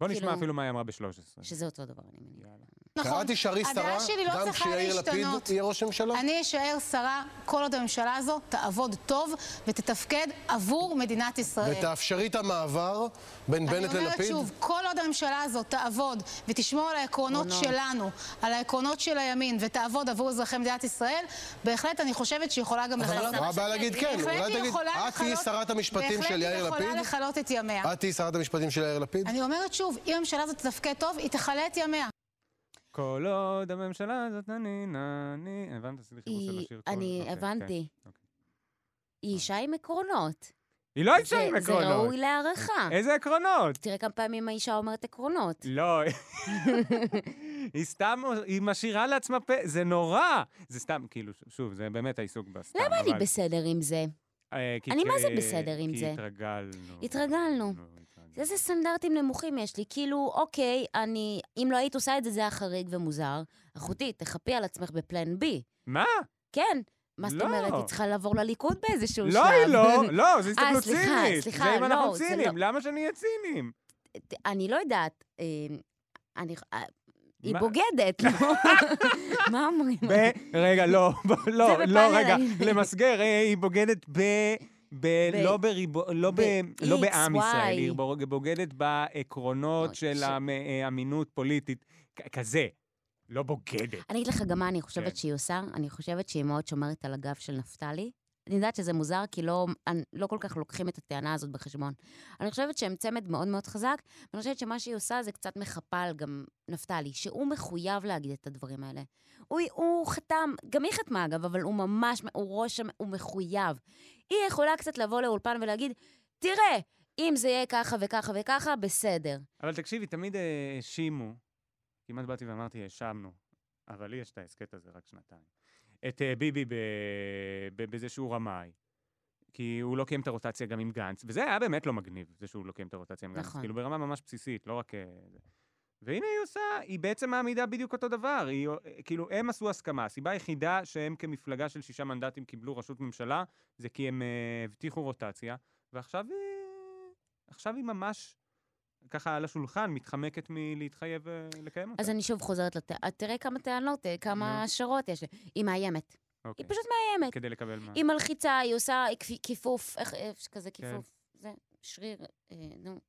Speaker 3: בוא נשמע
Speaker 4: כאילו-
Speaker 3: אפילו מה היא אמרה ב-13.
Speaker 4: שזה אותו דבר, אני מניחה.
Speaker 3: כן. יאללה.
Speaker 5: נכון.
Speaker 8: קראת תישארי שרה,
Speaker 5: הדעה שלי לא
Speaker 8: גם
Speaker 5: צריכה
Speaker 8: כשיאיר לפיד
Speaker 5: להשתנות.
Speaker 8: יהיה ראש ממשלה?
Speaker 5: אני אשאר שרה כל עוד הממשלה הזו תעבוד טוב ותתפקד עבור מדינת ישראל.
Speaker 8: ותאפשרי את המעבר בין בנט
Speaker 5: אני אומרת
Speaker 8: ללפיד?
Speaker 5: שוב, כל עוד הממשלה הזאת תעבוד ותשמור על העקרונות
Speaker 4: עקרונות.
Speaker 5: שלנו, על העקרונות של הימין, ותעבוד עבור אזרחי מדינת ישראל, בהחלט אני חושבת שהיא יכולה גם
Speaker 8: אבל
Speaker 5: לחלות...
Speaker 8: מה הבעיה להגיד כן?
Speaker 5: בהחלט
Speaker 8: אולי
Speaker 5: היא
Speaker 8: תגיד,
Speaker 5: יכולה
Speaker 8: את תהיי
Speaker 5: לחלות-
Speaker 8: שרת המשפטים של יאיר
Speaker 5: בהחלט היא יכולה
Speaker 8: לפיד?
Speaker 5: לכלות את ימיה.
Speaker 8: את תהיי שרת המשפטים של יאיר לפיד?
Speaker 5: אני אומרת שוב, אם הממשלה הזאת תתפקד טוב, היא תכלה את ימיה.
Speaker 3: כל עוד הממשלה הזאת אני נני... הבנת? עשיתי חיבור של
Speaker 4: היא...
Speaker 3: השיר כל...
Speaker 4: אני
Speaker 3: אוקיי, כן.
Speaker 4: הבנתי.
Speaker 3: אוקיי.
Speaker 4: היא אישה עם עקרונות.
Speaker 3: היא לא
Speaker 4: זה,
Speaker 3: אישה עם
Speaker 4: זה
Speaker 3: עקרונות. אה,
Speaker 4: ראוי להערכה.
Speaker 3: איזה עקרונות?
Speaker 4: תראה כמה פעמים האישה אומרת עקרונות.
Speaker 3: לא, היא סתם, היא משאירה לעצמה פה, זה נורא. זה סתם, כאילו, ש- שוב, זה באמת העיסוק בסתם.
Speaker 4: למה אני
Speaker 3: אבל,
Speaker 4: בסדר עם זה?
Speaker 3: אה, כי
Speaker 4: אני
Speaker 3: כ-
Speaker 4: מה זה בסדר עם
Speaker 3: כי
Speaker 4: זה?
Speaker 3: התרגלנו.
Speaker 4: התרגלנו.
Speaker 3: נו, התרגלנו.
Speaker 4: איזה סטנדרטים נמוכים יש לי. כאילו, אוקיי, אני... אם לא היית עושה את זה, זה היה חריג ומוזר. אחותי, תחפי על עצמך בפלן בי.
Speaker 3: מה?
Speaker 4: כן. מה זאת
Speaker 3: לא.
Speaker 4: אומרת? היא צריכה לעבור לליכוד באיזשהו שלב. אה,
Speaker 3: לא, היא לא, לא, זו הסתכלות
Speaker 4: סליחה,
Speaker 3: צינית.
Speaker 4: סליחה,
Speaker 3: זה אם אנחנו
Speaker 4: לא, זה
Speaker 3: ציניים,
Speaker 4: לא-
Speaker 3: למה שנהיה ציניים?
Speaker 4: אני לא יודעת. אה, אני... אה, היא
Speaker 3: מה?
Speaker 4: בוגדת, לא? מה אומרים?
Speaker 3: ב- רגע, לא, ב- לא,
Speaker 4: בפאנל
Speaker 3: לא, רגע,
Speaker 4: האלה.
Speaker 3: למסגר, אה, היא בוגדת ב... ב-
Speaker 4: ב-
Speaker 3: לא בריבו- לא ב-
Speaker 4: ב-
Speaker 3: לא
Speaker 4: X,
Speaker 3: בעם ישראל,
Speaker 4: Y.
Speaker 3: היא בוג- בוגדת בעקרונות
Speaker 4: אוי,
Speaker 3: של
Speaker 4: ש-
Speaker 3: המ- אה, אמינות פוליטית, כ- כזה, לא בוגדת.
Speaker 4: אני אגיד לך גם מה אני
Speaker 3: כן.
Speaker 4: חושבת שהיא עושה. אני חושבת שהיא מאוד שומרת על הגב של נפתלי. אני יודעת שזה מוזר, כי לא, אני- לא כל כך לוקחים את הטענה הזאת בחשבון. אני חושבת שהם צמד מאוד מאוד חזק, ואני חושבת שמה שהיא עושה זה קצת מחפה על גם נפתלי, שהוא מחויב להגיד את הדברים האלה. הוא, הוא חתם, גם היא חתמה אגב, אבל הוא ממש, הוא ראש, המ- הוא מחויב. היא יכולה קצת לבוא לאולפן ולהגיד, תראה, אם זה יהיה ככה וככה וככה, בסדר.
Speaker 3: אבל תקשיבי, תמיד אה, האשימו, כמעט באתי ואמרתי, האשמנו, אבל לי יש את ההסכת הזה רק שנתיים. את אה, ביבי ב- ב- בזה שהוא רמאי, כי הוא לא קיים את הרוטציה גם עם גנץ, וזה היה באמת לא מגניב, זה שהוא לא קיים את הרוטציה עם גנץ,
Speaker 4: נכון.
Speaker 3: כאילו ברמה ממש בסיסית, לא רק... אה, זה. והנה היא עושה, היא בעצם מעמידה בדיוק אותו דבר. היא, כאילו, הם עשו הסכמה. הסיבה היחידה שהם כמפלגה של שישה מנדטים קיבלו ראשות ממשלה, זה כי הם אה, הבטיחו רוטציה, ועכשיו היא... עכשיו היא ממש, ככה על השולחן, מתחמקת מלהתחייב אה, לקיים אותה.
Speaker 4: אז אני שוב חוזרת לת... את תראה כמה טענות, אה, כמה
Speaker 3: נו.
Speaker 4: השערות יש לי. היא מאיימת.
Speaker 3: אוקיי.
Speaker 4: היא פשוט מאיימת.
Speaker 3: כדי לקבל מה?
Speaker 4: היא מלחיצה, היא עושה כפ- כיפוף, איך, איך כזה
Speaker 3: כן.
Speaker 4: כיפוף. זה שריר, אה, נו,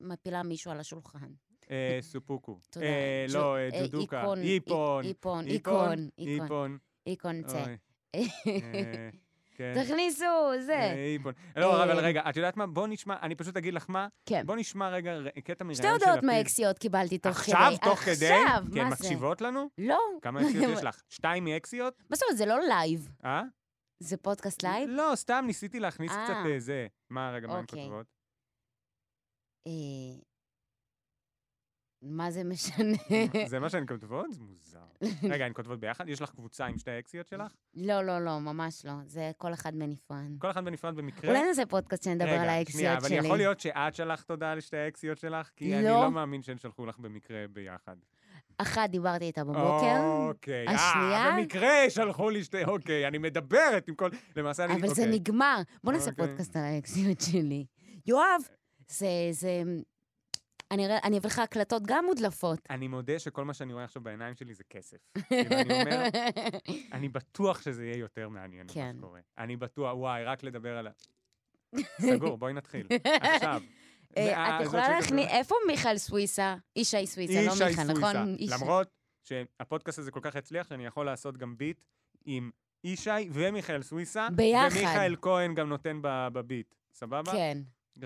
Speaker 4: מפילה מישהו על השולחן.
Speaker 3: אה, סופוקו.
Speaker 4: תודה.
Speaker 3: אה,
Speaker 4: ג'ו-
Speaker 3: לא, אה,
Speaker 4: אה,
Speaker 3: דודוקה.
Speaker 4: איקון,
Speaker 3: איפון.
Speaker 4: איפון, איקון, איקון,
Speaker 3: איפון.
Speaker 4: איקון צא.
Speaker 3: אוי, אה, כן.
Speaker 4: תכניסו,
Speaker 3: אה,
Speaker 4: זה.
Speaker 3: איפון. לא,
Speaker 4: אה,
Speaker 3: אבל רגע, את יודעת מה? בוא נשמע, אני פשוט אגיד לך מה.
Speaker 4: כן.
Speaker 3: בוא נשמע רגע ר- קטע מראיון של
Speaker 4: שתי הודעות
Speaker 3: לפיד.
Speaker 4: מהאקסיות קיבלתי תוך כדי.
Speaker 3: עכשיו, תוך כדי?
Speaker 4: עכשיו,
Speaker 3: כי הן
Speaker 4: מה זה?
Speaker 3: מקשיבות לנו?
Speaker 4: לא.
Speaker 3: כמה אקסיות יש לך? שתיים מאקסיות?
Speaker 4: בסוף זה לא לייב,
Speaker 3: אה?
Speaker 4: זה פודקאסט לייב.
Speaker 3: לא, סתם ניסיתי להכניס
Speaker 4: אה.
Speaker 3: קצת אה, זה. מה, רגע, מה הן
Speaker 4: אוקיי.
Speaker 3: כותבות?
Speaker 4: אה, מה זה משנה?
Speaker 3: זה מה שהן כותבות? זה מוזר. רגע, הן כותבות ביחד? יש לך קבוצה עם שתי האקסיות שלך?
Speaker 4: לא, לא, לא, ממש לא. זה כל אחד בנפרד.
Speaker 3: כל אחת בנפרד במקרה?
Speaker 4: אולי נעשה פודקאסט שנדבר על האקסיות
Speaker 3: אוקיי. רגע, שנייה, אבל
Speaker 4: שלי.
Speaker 3: יכול להיות שאת שלחת הודעה לשתי האקסיות שלך? כי אני
Speaker 4: לא.
Speaker 3: לא מאמין שהן שלחו לך במקרה ביחד.
Speaker 4: אחת דיברתי איתה בבוקר,
Speaker 3: אוקיי.
Speaker 4: השנייה?
Speaker 3: אה, במקרה שלחו לי שתי... אוקיי, אני מדברת עם כל... למעשה אני...
Speaker 4: אבל זה
Speaker 3: אוקיי.
Speaker 4: נגמר. בוא נעשה
Speaker 3: אוקיי.
Speaker 4: פודקאסט על האקסיות שלי. יואב, זה... זה... אני אראה- אני אביא לך הקלטות גם מודלפות.
Speaker 3: אני מודה שכל מה שאני רואה עכשיו בעיניים שלי זה כסף. כאילו, אני אומר, אני בטוח שזה יהיה יותר מעניין ממה
Speaker 4: כן.
Speaker 3: שקורה. אני בטוח, וואי, רק לדבר על ה... סגור, בואי נתחיל. עכשיו.
Speaker 4: אה,
Speaker 3: זה-
Speaker 4: את
Speaker 3: הזאת
Speaker 4: יכולה
Speaker 3: שכותבת-
Speaker 4: להכניס... איפה מיכל סוויסה? ישי סוויסה, לא
Speaker 3: איש
Speaker 4: מיכל,
Speaker 3: האיסוי
Speaker 4: נכון?
Speaker 3: שם.
Speaker 4: איש-
Speaker 3: למרות שהפודקאסט הזה כל כך הצליח, שאני יכול לעשות גם ביט עם ישי ומיכאל סוויסה.
Speaker 4: ביחד.
Speaker 3: ומיכאל כהן גם נותן ב- בביט, סבבה?
Speaker 4: כן.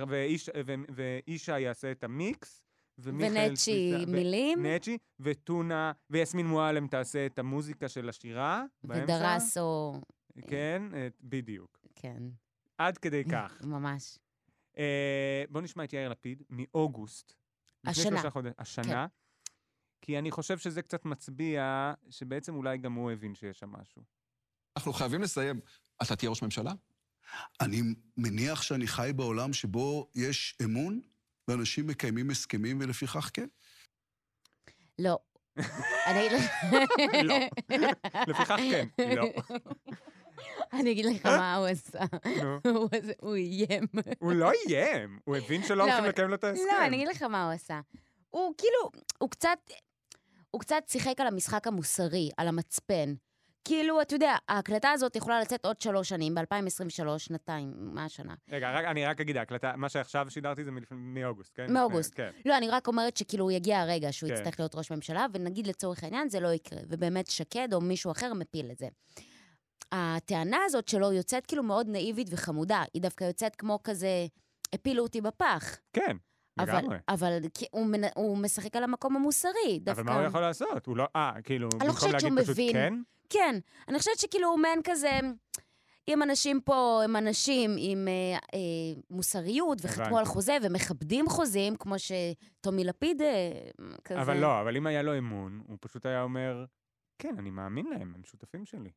Speaker 3: ואיש, ו, ואישה יעשה את המיקס, ומיכאל
Speaker 4: ונצ'י
Speaker 3: סוויסה- ו-
Speaker 4: מילים,
Speaker 3: נצ'י, וטונה, ויסמין מועלם תעשה את המוזיקה של השירה. באמצע.
Speaker 4: ודרסו...
Speaker 3: כן, את- בדיוק.
Speaker 4: כן.
Speaker 3: עד כדי כך.
Speaker 4: ממש.
Speaker 3: אה, בואו נשמע את יאיר לפיד מאוגוסט. לפני
Speaker 4: השנה. כן.
Speaker 3: שלושה חודש- השנה. כי אני חושב שזה קצת מצביע, שבעצם אולי גם הוא הבין שיש שם משהו.
Speaker 9: אנחנו חייבים לסיים. אתה תהיה ראש ממשלה?
Speaker 10: אני מניח שאני חי בעולם שבו יש אמון, ואנשים מקיימים הסכמים, ולפיכך כן.
Speaker 4: לא. אני אגיד לך...
Speaker 3: לא. לפיכך כן, לא.
Speaker 4: אני אגיד לך מה הוא עשה.
Speaker 3: נו.
Speaker 4: הוא עשה- הוא איים.
Speaker 3: הוא לא איים, הוא הבין שלא הולכים
Speaker 4: אבל-
Speaker 3: לקיים לו את ההסכם.
Speaker 4: לא, אני אגיד לך מה הוא עשה. הוא כאילו, הוא קצת, הוא קצת שיחק על המשחק המוסרי, על המצפן. כאילו, אתה יודע, ההקלטה הזאת יכולה לצאת עוד שלוש שנים, ב-2023, שנתיים, מה השנה?
Speaker 3: רגע, רק, אני רק אגיד, ההקלטה, מה שעכשיו שידרתי זה מלפני, מאוגוסט, כן?
Speaker 4: מאוגוסט.
Speaker 3: כן.
Speaker 4: לא, אני רק אומרת שכאילו יגיע הרגע שהוא
Speaker 3: כן.
Speaker 4: יצטרך להיות ראש ממשלה, ונגיד לצורך העניין זה לא יקרה, ובאמת שקד או מישהו אחר מפיל את זה. הטענה הזאת שלו יוצאת כאילו מאוד נאיבית וחמודה, היא דווקא יוצאת כמו כזה, הפילו אותי בפח.
Speaker 3: כן,
Speaker 4: אבל,
Speaker 3: לגמרי.
Speaker 4: אבל כי- הוא, מנ... הוא משחק על המקום המוסרי, דווקא.
Speaker 3: אבל מה הוא יכול לעשות? הוא לא, אה, כאילו,
Speaker 4: לא
Speaker 3: במקום
Speaker 4: חושבת
Speaker 3: להגיד
Speaker 4: שהוא
Speaker 3: פשוט
Speaker 4: מבין.
Speaker 3: כן?
Speaker 4: כן, אני חושבת שכאילו הוא מעין כזה, אם אנשים פה הם אנשים עם אה, אה, מוסריות, וחתמו
Speaker 3: הבנתי.
Speaker 4: על חוזה, ומכבדים חוזים, כמו שטומי לפיד אה, כזה.
Speaker 3: אבל לא, אבל אם היה לו אמון, הוא פשוט היה אומר, כן, אני מאמין להם, הם שותפים שלי.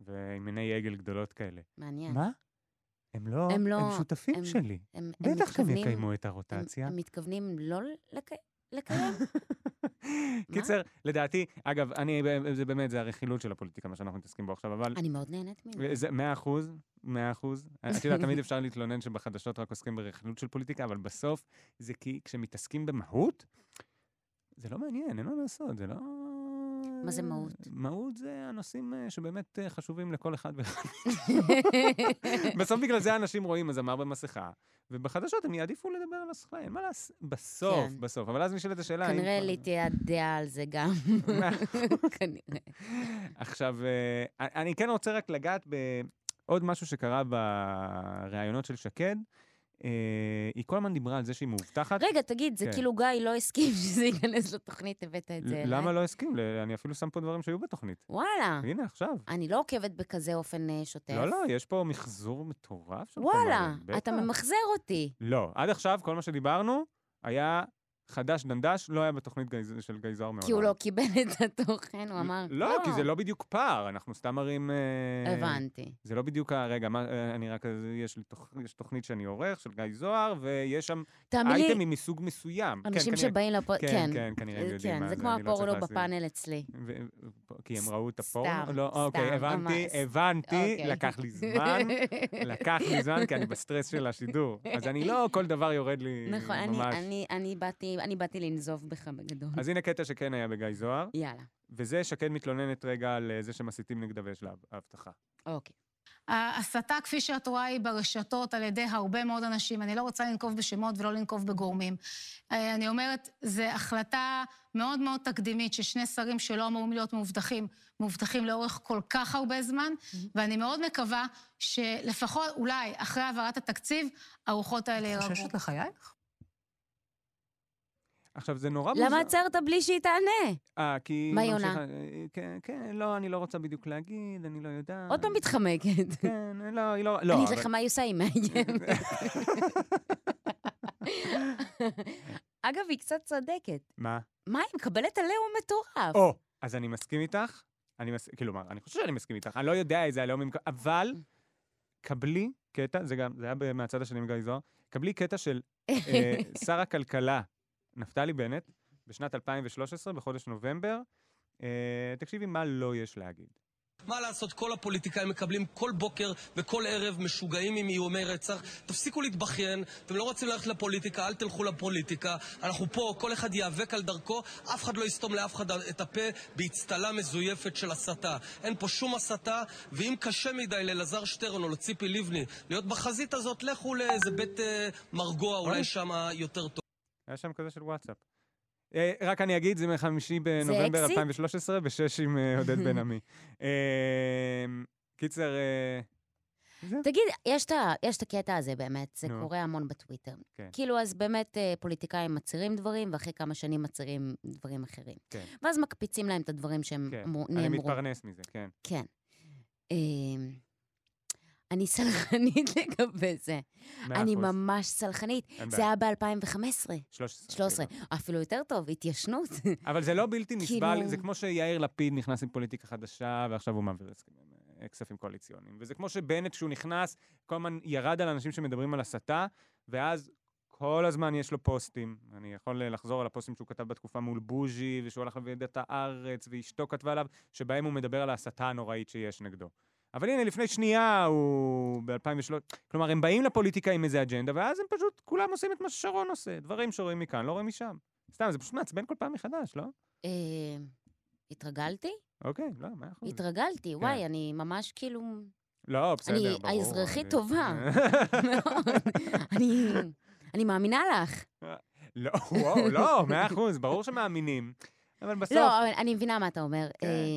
Speaker 3: ועם עיני עגל גדולות כאלה.
Speaker 4: מעניין.
Speaker 3: מה? הם לא,
Speaker 4: כן. הם
Speaker 3: הם
Speaker 4: לא-
Speaker 3: שותפים
Speaker 4: הם-
Speaker 3: שלי.
Speaker 4: הם, הם
Speaker 3: בטח שהם
Speaker 4: מתכוונים-
Speaker 3: יקיימו את
Speaker 4: הם-
Speaker 3: הרוטציה.
Speaker 4: הם מתכוונים לא לק... לקיים?
Speaker 3: קיצר, לדעתי, אגב, אני, זה באמת, זה הרכילות של הפוליטיקה, מה שאנחנו מתעסקים בו עכשיו, אבל
Speaker 4: אני מאוד נהנית מזה.
Speaker 3: זה מאה אחוז, מאה אחוז. את יודעת, תמיד אפשר להתלונן שבחדשות רק עוסקים ברכילות של פוליטיקה, אבל בסוף זה כי כשמתעסקים במהות, זה לא מעניין, אין מה לעשות, זה לא...
Speaker 4: מה זה מהות?
Speaker 3: מהות זה הנושאים אה, שבאמת אה, חשובים לכל אחד ואחד. בסוף בגלל זה אנשים רואים הזמר במסכה, ובחדשות הם יעדיפו לדבר על השכלה, אין מה לעשות, בסוף,
Speaker 4: כן.
Speaker 3: בסוף. אבל אז נשאלת השאלה... האם
Speaker 4: כנראה
Speaker 3: כבר-
Speaker 4: לי תהיה הדעה על זה גם.
Speaker 3: מאה
Speaker 4: כנראה.
Speaker 3: עכשיו, אה, אני כן רוצה רק לגעת בעוד משהו שקרה בראיונות של שקד. אה, היא כל הזמן דיברה על זה שהיא מאובטחת.
Speaker 4: רגע, תגיד, זה
Speaker 3: כן.
Speaker 4: כאילו גיא לא הסכים שזה ייכנס לתוכנית, הבאת את
Speaker 3: ל-
Speaker 4: זה. אליי.
Speaker 3: למה לא הסכים? ל- אני אפילו שם פה דברים שהיו בתוכנית.
Speaker 4: וואלה.
Speaker 3: הנה, עכשיו.
Speaker 4: אני לא עוקבת בכזה אופן אה, שוטף.
Speaker 3: לא, לא, יש פה מחזור מטורף של
Speaker 4: וואלה,
Speaker 3: חומרים,
Speaker 4: אתה
Speaker 3: בטח.
Speaker 4: ממחזר אותי.
Speaker 3: לא, עד עכשיו כל מה שדיברנו היה חדש דנדש, לא היה בתוכנית גייז- של גייזר מעולם.
Speaker 4: כי הוא לא קיבל את התוכן, הוא אמר,
Speaker 3: לא, כי זה לא בדיוק פער, אנחנו סתם מראים... אה,
Speaker 4: הבנתי.
Speaker 3: זה לא בדיוק, ה- רגע, מה, אה, אני רק, יש, לי תוכ... יש תוכנית שאני עורך, של גיא זוהר, ויש שם
Speaker 4: תאמין לי,
Speaker 3: אייטמים מסוג מסוים. כן,
Speaker 4: אנשים
Speaker 3: כנראה-
Speaker 4: שבאים לפוד...
Speaker 3: כן, כן, כנראה הם יודעים מה
Speaker 4: כן, זה
Speaker 3: זה,
Speaker 4: כמו
Speaker 3: אני לא צריך
Speaker 4: הפורלו
Speaker 3: להסביר.
Speaker 4: בפאנל אצלי.
Speaker 3: ו- ו- כי הם ראו את הפורנו? לא,
Speaker 4: סתם,
Speaker 3: אוקיי, הבנתי,
Speaker 4: ממש.
Speaker 3: הבנתי,
Speaker 4: אוקיי.
Speaker 3: לקח לי זמן, לקח לי זמן, כי אני בסטרס של השידור. אז אני לא, כל דבר יורד לי
Speaker 4: נכון, אני-
Speaker 3: ממש.
Speaker 4: אני- אני באתי- אני באתי לנזוף בך בגדול.
Speaker 3: אז הנה קטע שכן היה בגיא זוהר,
Speaker 4: יאללה,
Speaker 3: וזה שקד מתלוננת רגע על אה, זה שמסיתים נגדה ויש לה הבטחה.
Speaker 4: אוקיי.
Speaker 5: ההסתה, כפי שאת רואה, היא ברשתות על ידי הרבה מאוד אנשים. אני לא רוצה לנקוב בשמות ולא לנקוב בגורמים. אה, אני אומרת, זו החלטה מאוד מאוד תקדימית של שני שרים שלא אמורים להיות מאובטחים, מאובטחים לאורך כל כך הרבה זמן, ואני מאוד מקווה שלפחות, אולי, אחרי העברת התקציב, הרוחות האלה
Speaker 7: את
Speaker 5: יירגעו.
Speaker 7: חוששת לחייך?
Speaker 3: עכשיו, זה נורא לא מוזר.
Speaker 4: למה עצרת בלי שהיא תענה?
Speaker 3: אה, כי...
Speaker 4: מה היא
Speaker 3: ממשיכה-
Speaker 4: עונה?
Speaker 3: אה, כן, כן, לא, אני לא רוצה בדיוק להגיד, אני לא יודעת.
Speaker 4: עוד פעם מתחמקת.
Speaker 3: כן, לא, היא לא... לא,
Speaker 4: אני אגיד
Speaker 3: אבל-
Speaker 4: לך מה היא עושה, היא מאיימת. אגב, היא קצת צודקת.
Speaker 3: מה?
Speaker 4: מה, היא מקבלת עליהום מטורף.
Speaker 3: או, אז אני מסכים איתך, אני מס... כאילו, מה, אני חושב שאני מסכים איתך, אני לא יודע איזה עליהומים, אבל
Speaker 4: אה.
Speaker 3: קבלי קטע, זה גם, זה היה ב- מהצד השני מגיא זוהר, קבלי קטע של אה, שר הכלכלה נפתלי בנט, בשנת 2013, בחודש נובמבר, אה, תקשיבי מה לא יש להגיד.
Speaker 11: מה לעשות, כל הפוליטיקאים מקבלים כל בוקר וכל ערב משוגעים עם איומי רצח. תפסיקו להתבכיין, אתם לא רוצים ללכת לפוליטיקה, אל תלכו לפוליטיקה. אנחנו פה, כל אחד ייאבק על דרכו, אף אחד לא יסתום לאף אחד את הפה באצטלה מזויפת של הסתה. אין פה שום הסתה, ואם קשה מדי לאלעזר שטרן או לציפי לבני להיות בחזית הזאת, לכו לאיזה בית אה, מרגוע, אולי שם יותר טוב.
Speaker 3: היה שם כזה של וואטסאפ. אה, רק אני אגיד, זה מחמישי בנובמבר
Speaker 11: אקסיט?
Speaker 3: 2013, בשש עם אה, עודד בן עמי. אה, קיצר, אה,
Speaker 4: תגיד, יש את ה- יש את הקטע הזה באמת, זה
Speaker 3: נו.
Speaker 4: קורה המון בטוויטר.
Speaker 3: כן.
Speaker 4: כאילו, אז באמת אה, פוליטיקאים מצהירים דברים, ואחרי כמה שנים מצהירים דברים אחרים.
Speaker 3: כן.
Speaker 4: ואז מקפיצים להם את הדברים שהם
Speaker 3: כן,
Speaker 4: אמרו-
Speaker 3: אני
Speaker 4: נאמרו.
Speaker 3: מתפרנס מזה, כן.
Speaker 4: כן. אמ, אני סלחנית לגבי זה.
Speaker 3: מאה
Speaker 4: אני
Speaker 3: אחוז.
Speaker 4: ממש סלחנית.
Speaker 3: אין
Speaker 4: זה
Speaker 3: בעיה.
Speaker 4: היה ב-2015.
Speaker 3: 13.
Speaker 4: 13. אפילו יותר טוב, התיישנות.
Speaker 3: אבל זה לא בלתי נסבל,
Speaker 4: כאילו-
Speaker 3: זה כמו שיאיר לפיד נכנס עם פוליטיקה חדשה, ועכשיו הוא מעביר הסכמים, אה, כספים קואליציוניים. וזה כמו שבנט, כשהוא נכנס, כל הזמן ירד על אנשים שמדברים על הסתה, ואז כל הזמן יש לו פוסטים. אני יכול אה, לחזור על הפוסטים שהוא כתב בתקופה מול בוז'י, ושהוא הלך לוועידת הארץ, ואשתו כתבה עליו, שבהם הוא מדבר על ההסתה הנוראית שיש נגדו. אבל הנה, לפני שנייה הוא ב-2003, כלומר, הם באים לפוליטיקה עם איזה אג'נדה, ואז הם פשוט, כולם עושים את מה ששרון עושה. דברים שרואים מכאן, לא רואים משם. סתם, זה פשוט מעצבן כל פעם מחדש, לא?
Speaker 4: אמ, התרגלתי?
Speaker 3: אוקיי, לא, מאה אחוז. כן.
Speaker 4: התרגלתי, וואי, אני ממש כאילו...
Speaker 3: לא, בסדר,
Speaker 4: אני
Speaker 3: ברור.
Speaker 4: האזרחית
Speaker 3: אני-
Speaker 4: טובה. מאוד. אני... אני מאמינה לך.
Speaker 3: לא, וואו, לא, מאה אחוז, ברור שמאמינים. אבל בסוף, כן.
Speaker 4: לא, אבל אני מבינה מה אתה אומר.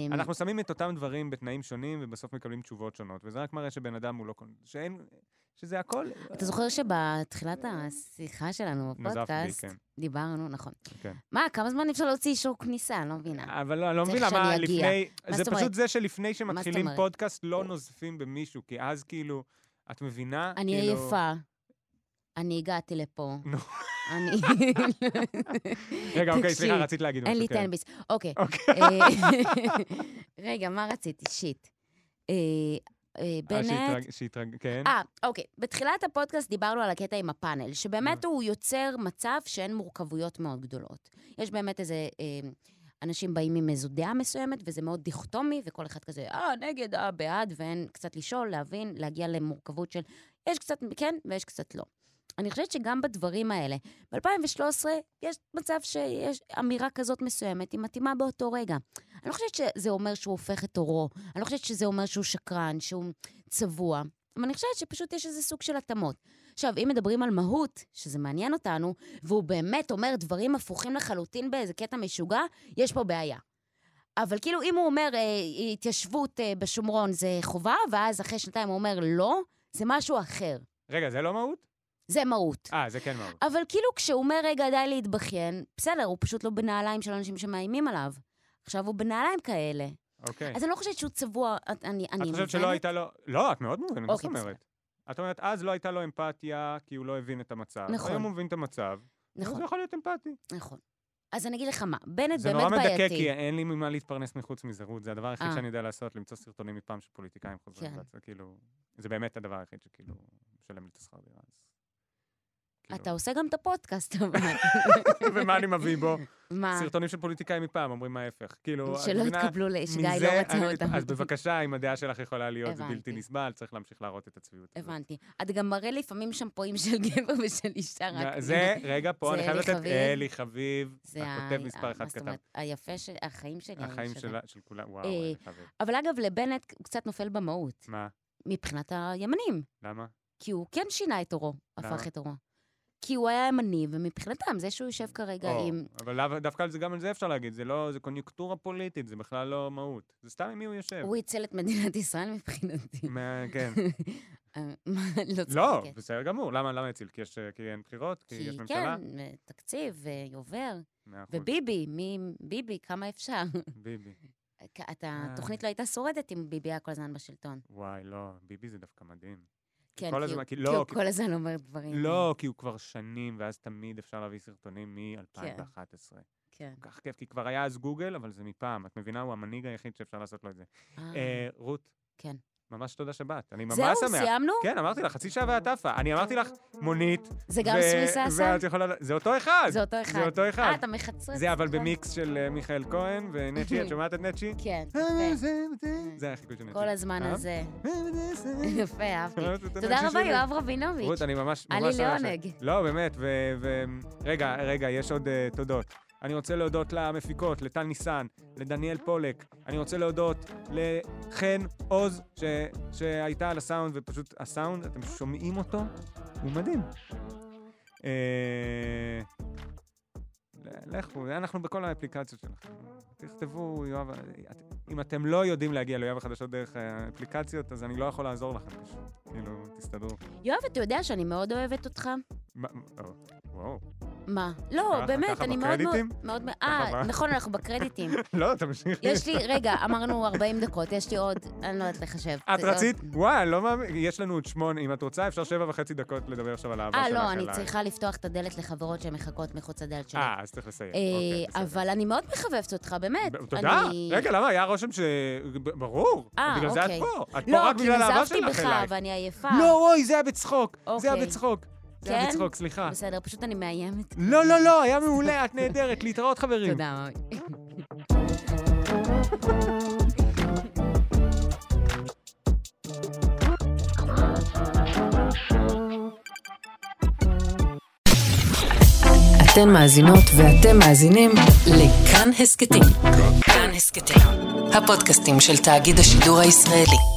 Speaker 4: אמ,
Speaker 3: אנחנו שמים את אותם דברים בתנאים שונים, ובסוף מקבלים תשובות שונות, וזה רק מראה שבן אדם הוא לא... קונ- שאין... שזה הכל...
Speaker 4: אתה זוכר שבתחילת השיחה שלנו
Speaker 3: נזפת בי,
Speaker 4: בפודקאסט,
Speaker 3: כן.
Speaker 4: דיברנו, נכון.
Speaker 3: כן.
Speaker 4: מה, כמה זמן אפשר להוציא אישור כניסה? אני לא מבינה.
Speaker 3: אבל לא, אני לא
Speaker 4: צריך
Speaker 3: מבינה מה
Speaker 4: שאני אגיע.
Speaker 3: לפני...
Speaker 4: מה
Speaker 3: זה
Speaker 4: זאת אומרת?
Speaker 3: פשוט זה שלפני
Speaker 4: זאת
Speaker 3: שמתחילים
Speaker 4: אומרת?
Speaker 3: פודקאסט, לא נוזפים במישהו, כי אז כאילו, את מבינה?
Speaker 4: אני
Speaker 3: כאילו-
Speaker 4: עייפה. אני הגעתי לפה.
Speaker 3: נו.
Speaker 4: אני...
Speaker 3: רגע, אוקיי,
Speaker 4: תקשיב,
Speaker 3: סליחה, רצית להגיד
Speaker 4: אין לי
Speaker 3: משהו, כן.
Speaker 4: טנביס. אוקיי.
Speaker 3: אוקיי.
Speaker 4: אה, רגע, מה רציתי? שיט. אה, אה,
Speaker 3: אה,
Speaker 4: בנט...
Speaker 3: שהתרג- שהתרג... כן.
Speaker 4: אה, אוקיי. בתחילת הפודקאסט דיברנו על הקטע עם הפאנל, שבאמת הוא יוצר מצב שאין מורכבויות מאוד גדולות. יש באמת איזה... אה, אנשים באים עם איזו דעה מסוימת, וזה מאוד דיכוטומי, וכל אחד כזה, אה, נגד, אה, בעד, ואין קצת לשאול, להבין, להגיע למורכבות של יש קצת כן ויש קצת לא. אני חושבת שגם בדברים האלה, ב-2013 יש מצב שיש אמירה כזאת מסוימת, היא מתאימה באותו רגע. אני לא חושבת שזה אומר שהוא הופך את עורו, אני לא חושבת שזה אומר שהוא שקרן, שהוא צבוע, אבל אני חושבת שפשוט יש איזה סוג של התאמות. עכשיו, אם מדברים על מהות, שזה מעניין אותנו, והוא באמת אומר דברים הפוכים לחלוטין באיזה קטע משוגע, יש פה בעיה. אבל כאילו, אם הוא אומר, אה, התיישבות אה, בשומרון זה חובה, ואז אחרי שנתיים הוא אומר לא, זה משהו אחר.
Speaker 3: רגע, זה לא מהות?
Speaker 4: זה מהות.
Speaker 3: אה, זה כן מהות.
Speaker 4: אבל כאילו, כשהוא אומר, רגע, די להתבכיין, בסדר, הוא פשוט לא בנעליים של אנשים שמאיימים עליו. עכשיו הוא בנעליים כאלה.
Speaker 3: אוקיי.
Speaker 4: אז אני לא חושבת שהוא צבוע, את- אני...
Speaker 3: את חושבת שלא הייתה לו... לא, את מאוד מובנת, מה זאת
Speaker 4: אוקיי, בסדר.
Speaker 3: אומרת? את אומרת, אז לא הייתה לו אמפתיה, כי הוא לא הבין את המצב.
Speaker 4: נכון.
Speaker 3: היום הוא מבין את המצב, נכון. זה יכול להיות אמפתי.
Speaker 4: נכון. אז אני אגיד לך מה, בנט
Speaker 3: זה
Speaker 4: באמת
Speaker 3: נורא
Speaker 4: בעייתי.
Speaker 3: מדכא, כי אין לי ממה להתפרנס מחוץ מזה, רות. זה הדבר היחיד
Speaker 4: אה.
Speaker 3: שאני יודע לעשות, למצוא סרטונים מפעם של פוליטיקאים חוזרים.
Speaker 4: כן.
Speaker 3: זה כאילו, זה באמת הדבר היחיד שכאילו משלם לי את השכר דירה. אז כאילו.
Speaker 4: אתה עושה גם את הפודקאסט, אבל...
Speaker 3: ומה אני מביא בו?
Speaker 4: מה?
Speaker 3: סרטונים של פוליטיקאים מפעם, אומרים ההפך. כאילו, את
Speaker 4: אה. שלא
Speaker 3: מבינה?
Speaker 4: התקבלו ל- שגיא לא
Speaker 3: מזה
Speaker 4: רצה
Speaker 3: אני-
Speaker 4: אותם.
Speaker 3: אז בבקשה, אם הדעה שלך יכולה להיות, זה
Speaker 4: הבנתי.
Speaker 3: בלתי נסבל, צריך להמשיך להראות את הצביעות. הזאת.
Speaker 4: הבנתי. את גם מראה לפעמים שמפואים של גבר ושל אישה רק...
Speaker 3: זה, רגע,
Speaker 4: זה
Speaker 3: פה אני חייב
Speaker 4: אלי
Speaker 3: לתת,
Speaker 4: חביב.
Speaker 3: אלי חביב,
Speaker 4: זה
Speaker 3: הכותב
Speaker 4: ה-
Speaker 3: מספר
Speaker 4: ה-
Speaker 3: אחד
Speaker 4: מה זאת
Speaker 3: כתב.
Speaker 4: אומרת, היפה של... החיים שלי.
Speaker 3: החיים
Speaker 4: האיש הזה.
Speaker 3: שלה- של כולם, וואו,
Speaker 4: אה,
Speaker 3: אלי חביב.
Speaker 4: אבל אגב, לבנט הוא קצת נופל במהות.
Speaker 3: מה?
Speaker 4: מבחינת הימנים.
Speaker 3: למה?
Speaker 4: כי הוא כן שינה את עורו,
Speaker 3: למה?
Speaker 4: הפך את עורו. כי הוא היה ימני, ומבחינתם, זה שהוא יושב כרגע
Speaker 3: או,
Speaker 4: עם...
Speaker 3: אבל לאו- דווקא על זה, גם על זה אפשר להגיד, זה לא, זה קוניונקטורה פוליטית, זה בכלל לא מהות. זה סתם עם מי הוא יושב.
Speaker 4: הוא הציל את מדינת ישראל מבחינתי.
Speaker 3: מה- כן.
Speaker 4: אה, מה, לא צריך...
Speaker 3: לא,
Speaker 4: כן.
Speaker 3: בסדר גמור, למה למה הציל? כי יש- אה, כי אין בחירות? כי יש
Speaker 4: כי
Speaker 3: ממשלה?
Speaker 4: כן, אה, תקציב, אה, יובר.
Speaker 3: מאה אחוז.
Speaker 4: וביבי, מי... ביבי, כמה אפשר?
Speaker 3: ביבי.
Speaker 4: כ-
Speaker 3: אה.
Speaker 4: אתה, התוכנית לא הייתה שורדת אם ביבי היה כל הזמן בשלטון.
Speaker 3: וואי, לא, ביבי זה דווקא מדהים.
Speaker 4: כן,
Speaker 3: כל
Speaker 4: כי
Speaker 3: הזמן-
Speaker 4: הוא-
Speaker 3: כי
Speaker 4: כי
Speaker 3: לא,
Speaker 4: הוא
Speaker 3: כי-
Speaker 4: כל הזמן אומר דברים.
Speaker 3: לא, כי הוא כבר שנים, ואז תמיד אפשר להביא סרטונים מ-2011.
Speaker 4: כן.
Speaker 3: כל כך כיף, כי כבר היה אז גוגל, אבל זה מפעם. את מבינה, הוא המנהיג היחיד שאפשר לעשות לו את זה.
Speaker 4: אה.
Speaker 3: אה, רות.
Speaker 4: כן.
Speaker 3: ממש תודה שבאת, אני ממש
Speaker 4: זהו,
Speaker 3: שמח.
Speaker 4: סיימנו?
Speaker 3: כן, אמרתי לך, חצי שעה ואת עפה. אני אמרתי לך, מונית.
Speaker 4: זה גם
Speaker 3: כן. ו-
Speaker 4: סוויסה עשה?
Speaker 3: ואת יכולה... ל- זה אותו אחד.
Speaker 4: זה אותו אחד.
Speaker 3: זה אותו אחד.
Speaker 4: אה, אתה מחצרץ.
Speaker 3: זה אבל במיקס של אה, מיכאל כהן ונצ'י,
Speaker 4: אוקיי.
Speaker 3: את שומעת את נצ'י?
Speaker 4: כן,
Speaker 3: יפה. זה החיקוי של נצ'י.
Speaker 4: אה,
Speaker 3: אה?
Speaker 4: כל הזמן
Speaker 3: אהבת?
Speaker 4: הזה. יפה, אהבתי.
Speaker 3: אוהבת את
Speaker 4: תודה
Speaker 3: הנפשי
Speaker 4: רבה,
Speaker 3: שלי.
Speaker 4: יואב רבינוביץ'.
Speaker 3: רות, אני ממש...
Speaker 4: היה לי
Speaker 3: ממש שמח ש-
Speaker 4: לעונג.
Speaker 3: לא, באמת, ו... ו- רגע, רגע, יש עוד אה, תודות. אני רוצה להודות למפיקות, לטל ניסן, לדניאל פולק. אני רוצה להודות לחן עוז, ש... שהייתה על הסאונד, ופשוט הסאונד, אתם שומעים אותו? הוא מדהים. אה... ל- לכו, אנחנו בכל האפליקציות שלכם. תכתבו, יואב, את- אם אתם לא יודעים להגיע ליואב החדשות דרך אה, האפליקציות, אז אני לא יכול לעזור לכם פשוט. כאילו, תסתדרו.
Speaker 4: יואב, אתה יודע שאני מאוד אוהבת אותך.
Speaker 3: מה- או, וואו.
Speaker 4: מה? לא,
Speaker 3: ככה-
Speaker 4: באמת,
Speaker 3: ככה
Speaker 4: אני מאוד מאוד...
Speaker 3: בקרדיטים?
Speaker 4: מאוד מאוד...
Speaker 3: ככה
Speaker 4: אה,
Speaker 3: מה?
Speaker 4: נכון, אנחנו בקרדיטים.
Speaker 3: לא, תמשיכי.
Speaker 4: יש לי, רגע, אמרנו 40 דקות, יש לי עוד, אני לא יודעת לחשב.
Speaker 3: את
Speaker 4: זה עוד-
Speaker 3: רצית? וואי, אני לא מאמין, יש לנו עוד שמונה, אם את רוצה, אפשר שבע וחצי דקות לדבר עכשיו על האהבה
Speaker 4: אה,
Speaker 3: שלך
Speaker 4: לא, אני
Speaker 3: אליי.
Speaker 4: צריכה לפתוח את הדלת לחברות שמחכות מחוץ לדלת שלי.
Speaker 3: אה, אז צריך לסיים.
Speaker 4: אה,
Speaker 3: אוקיי, בסדר.
Speaker 4: אבל אני מאוד מחבבת אותך, באמת.
Speaker 3: ב- תודה.
Speaker 4: אני-
Speaker 3: רגע, למה? היה רושם ש... ב- ברור.
Speaker 4: אה,
Speaker 3: בגלל זה את
Speaker 4: אוקיי.
Speaker 3: פה. את פה
Speaker 4: לא,
Speaker 3: רק בגלל האהבה
Speaker 4: כי
Speaker 3: שלך
Speaker 4: נזפתי בך,
Speaker 3: אליי.
Speaker 4: ואני עייפה.
Speaker 3: לא, אוי, זה היה בצחוק. זה היה
Speaker 4: אוקיי.
Speaker 3: בצחוק. זה היה
Speaker 4: כן?
Speaker 3: בצחוק, סליחה.
Speaker 4: בסדר, פשוט אני מאיימת.
Speaker 3: לא, לא, לא, היה מעולה, את נהדרת. להתראות, חברים.
Speaker 4: תודה.
Speaker 1: אתן מאזינות ואתם מאזינים לכאן הסכתים. כאן הסכתים, הפודקאסטים של תאגיד השידור הישראלי.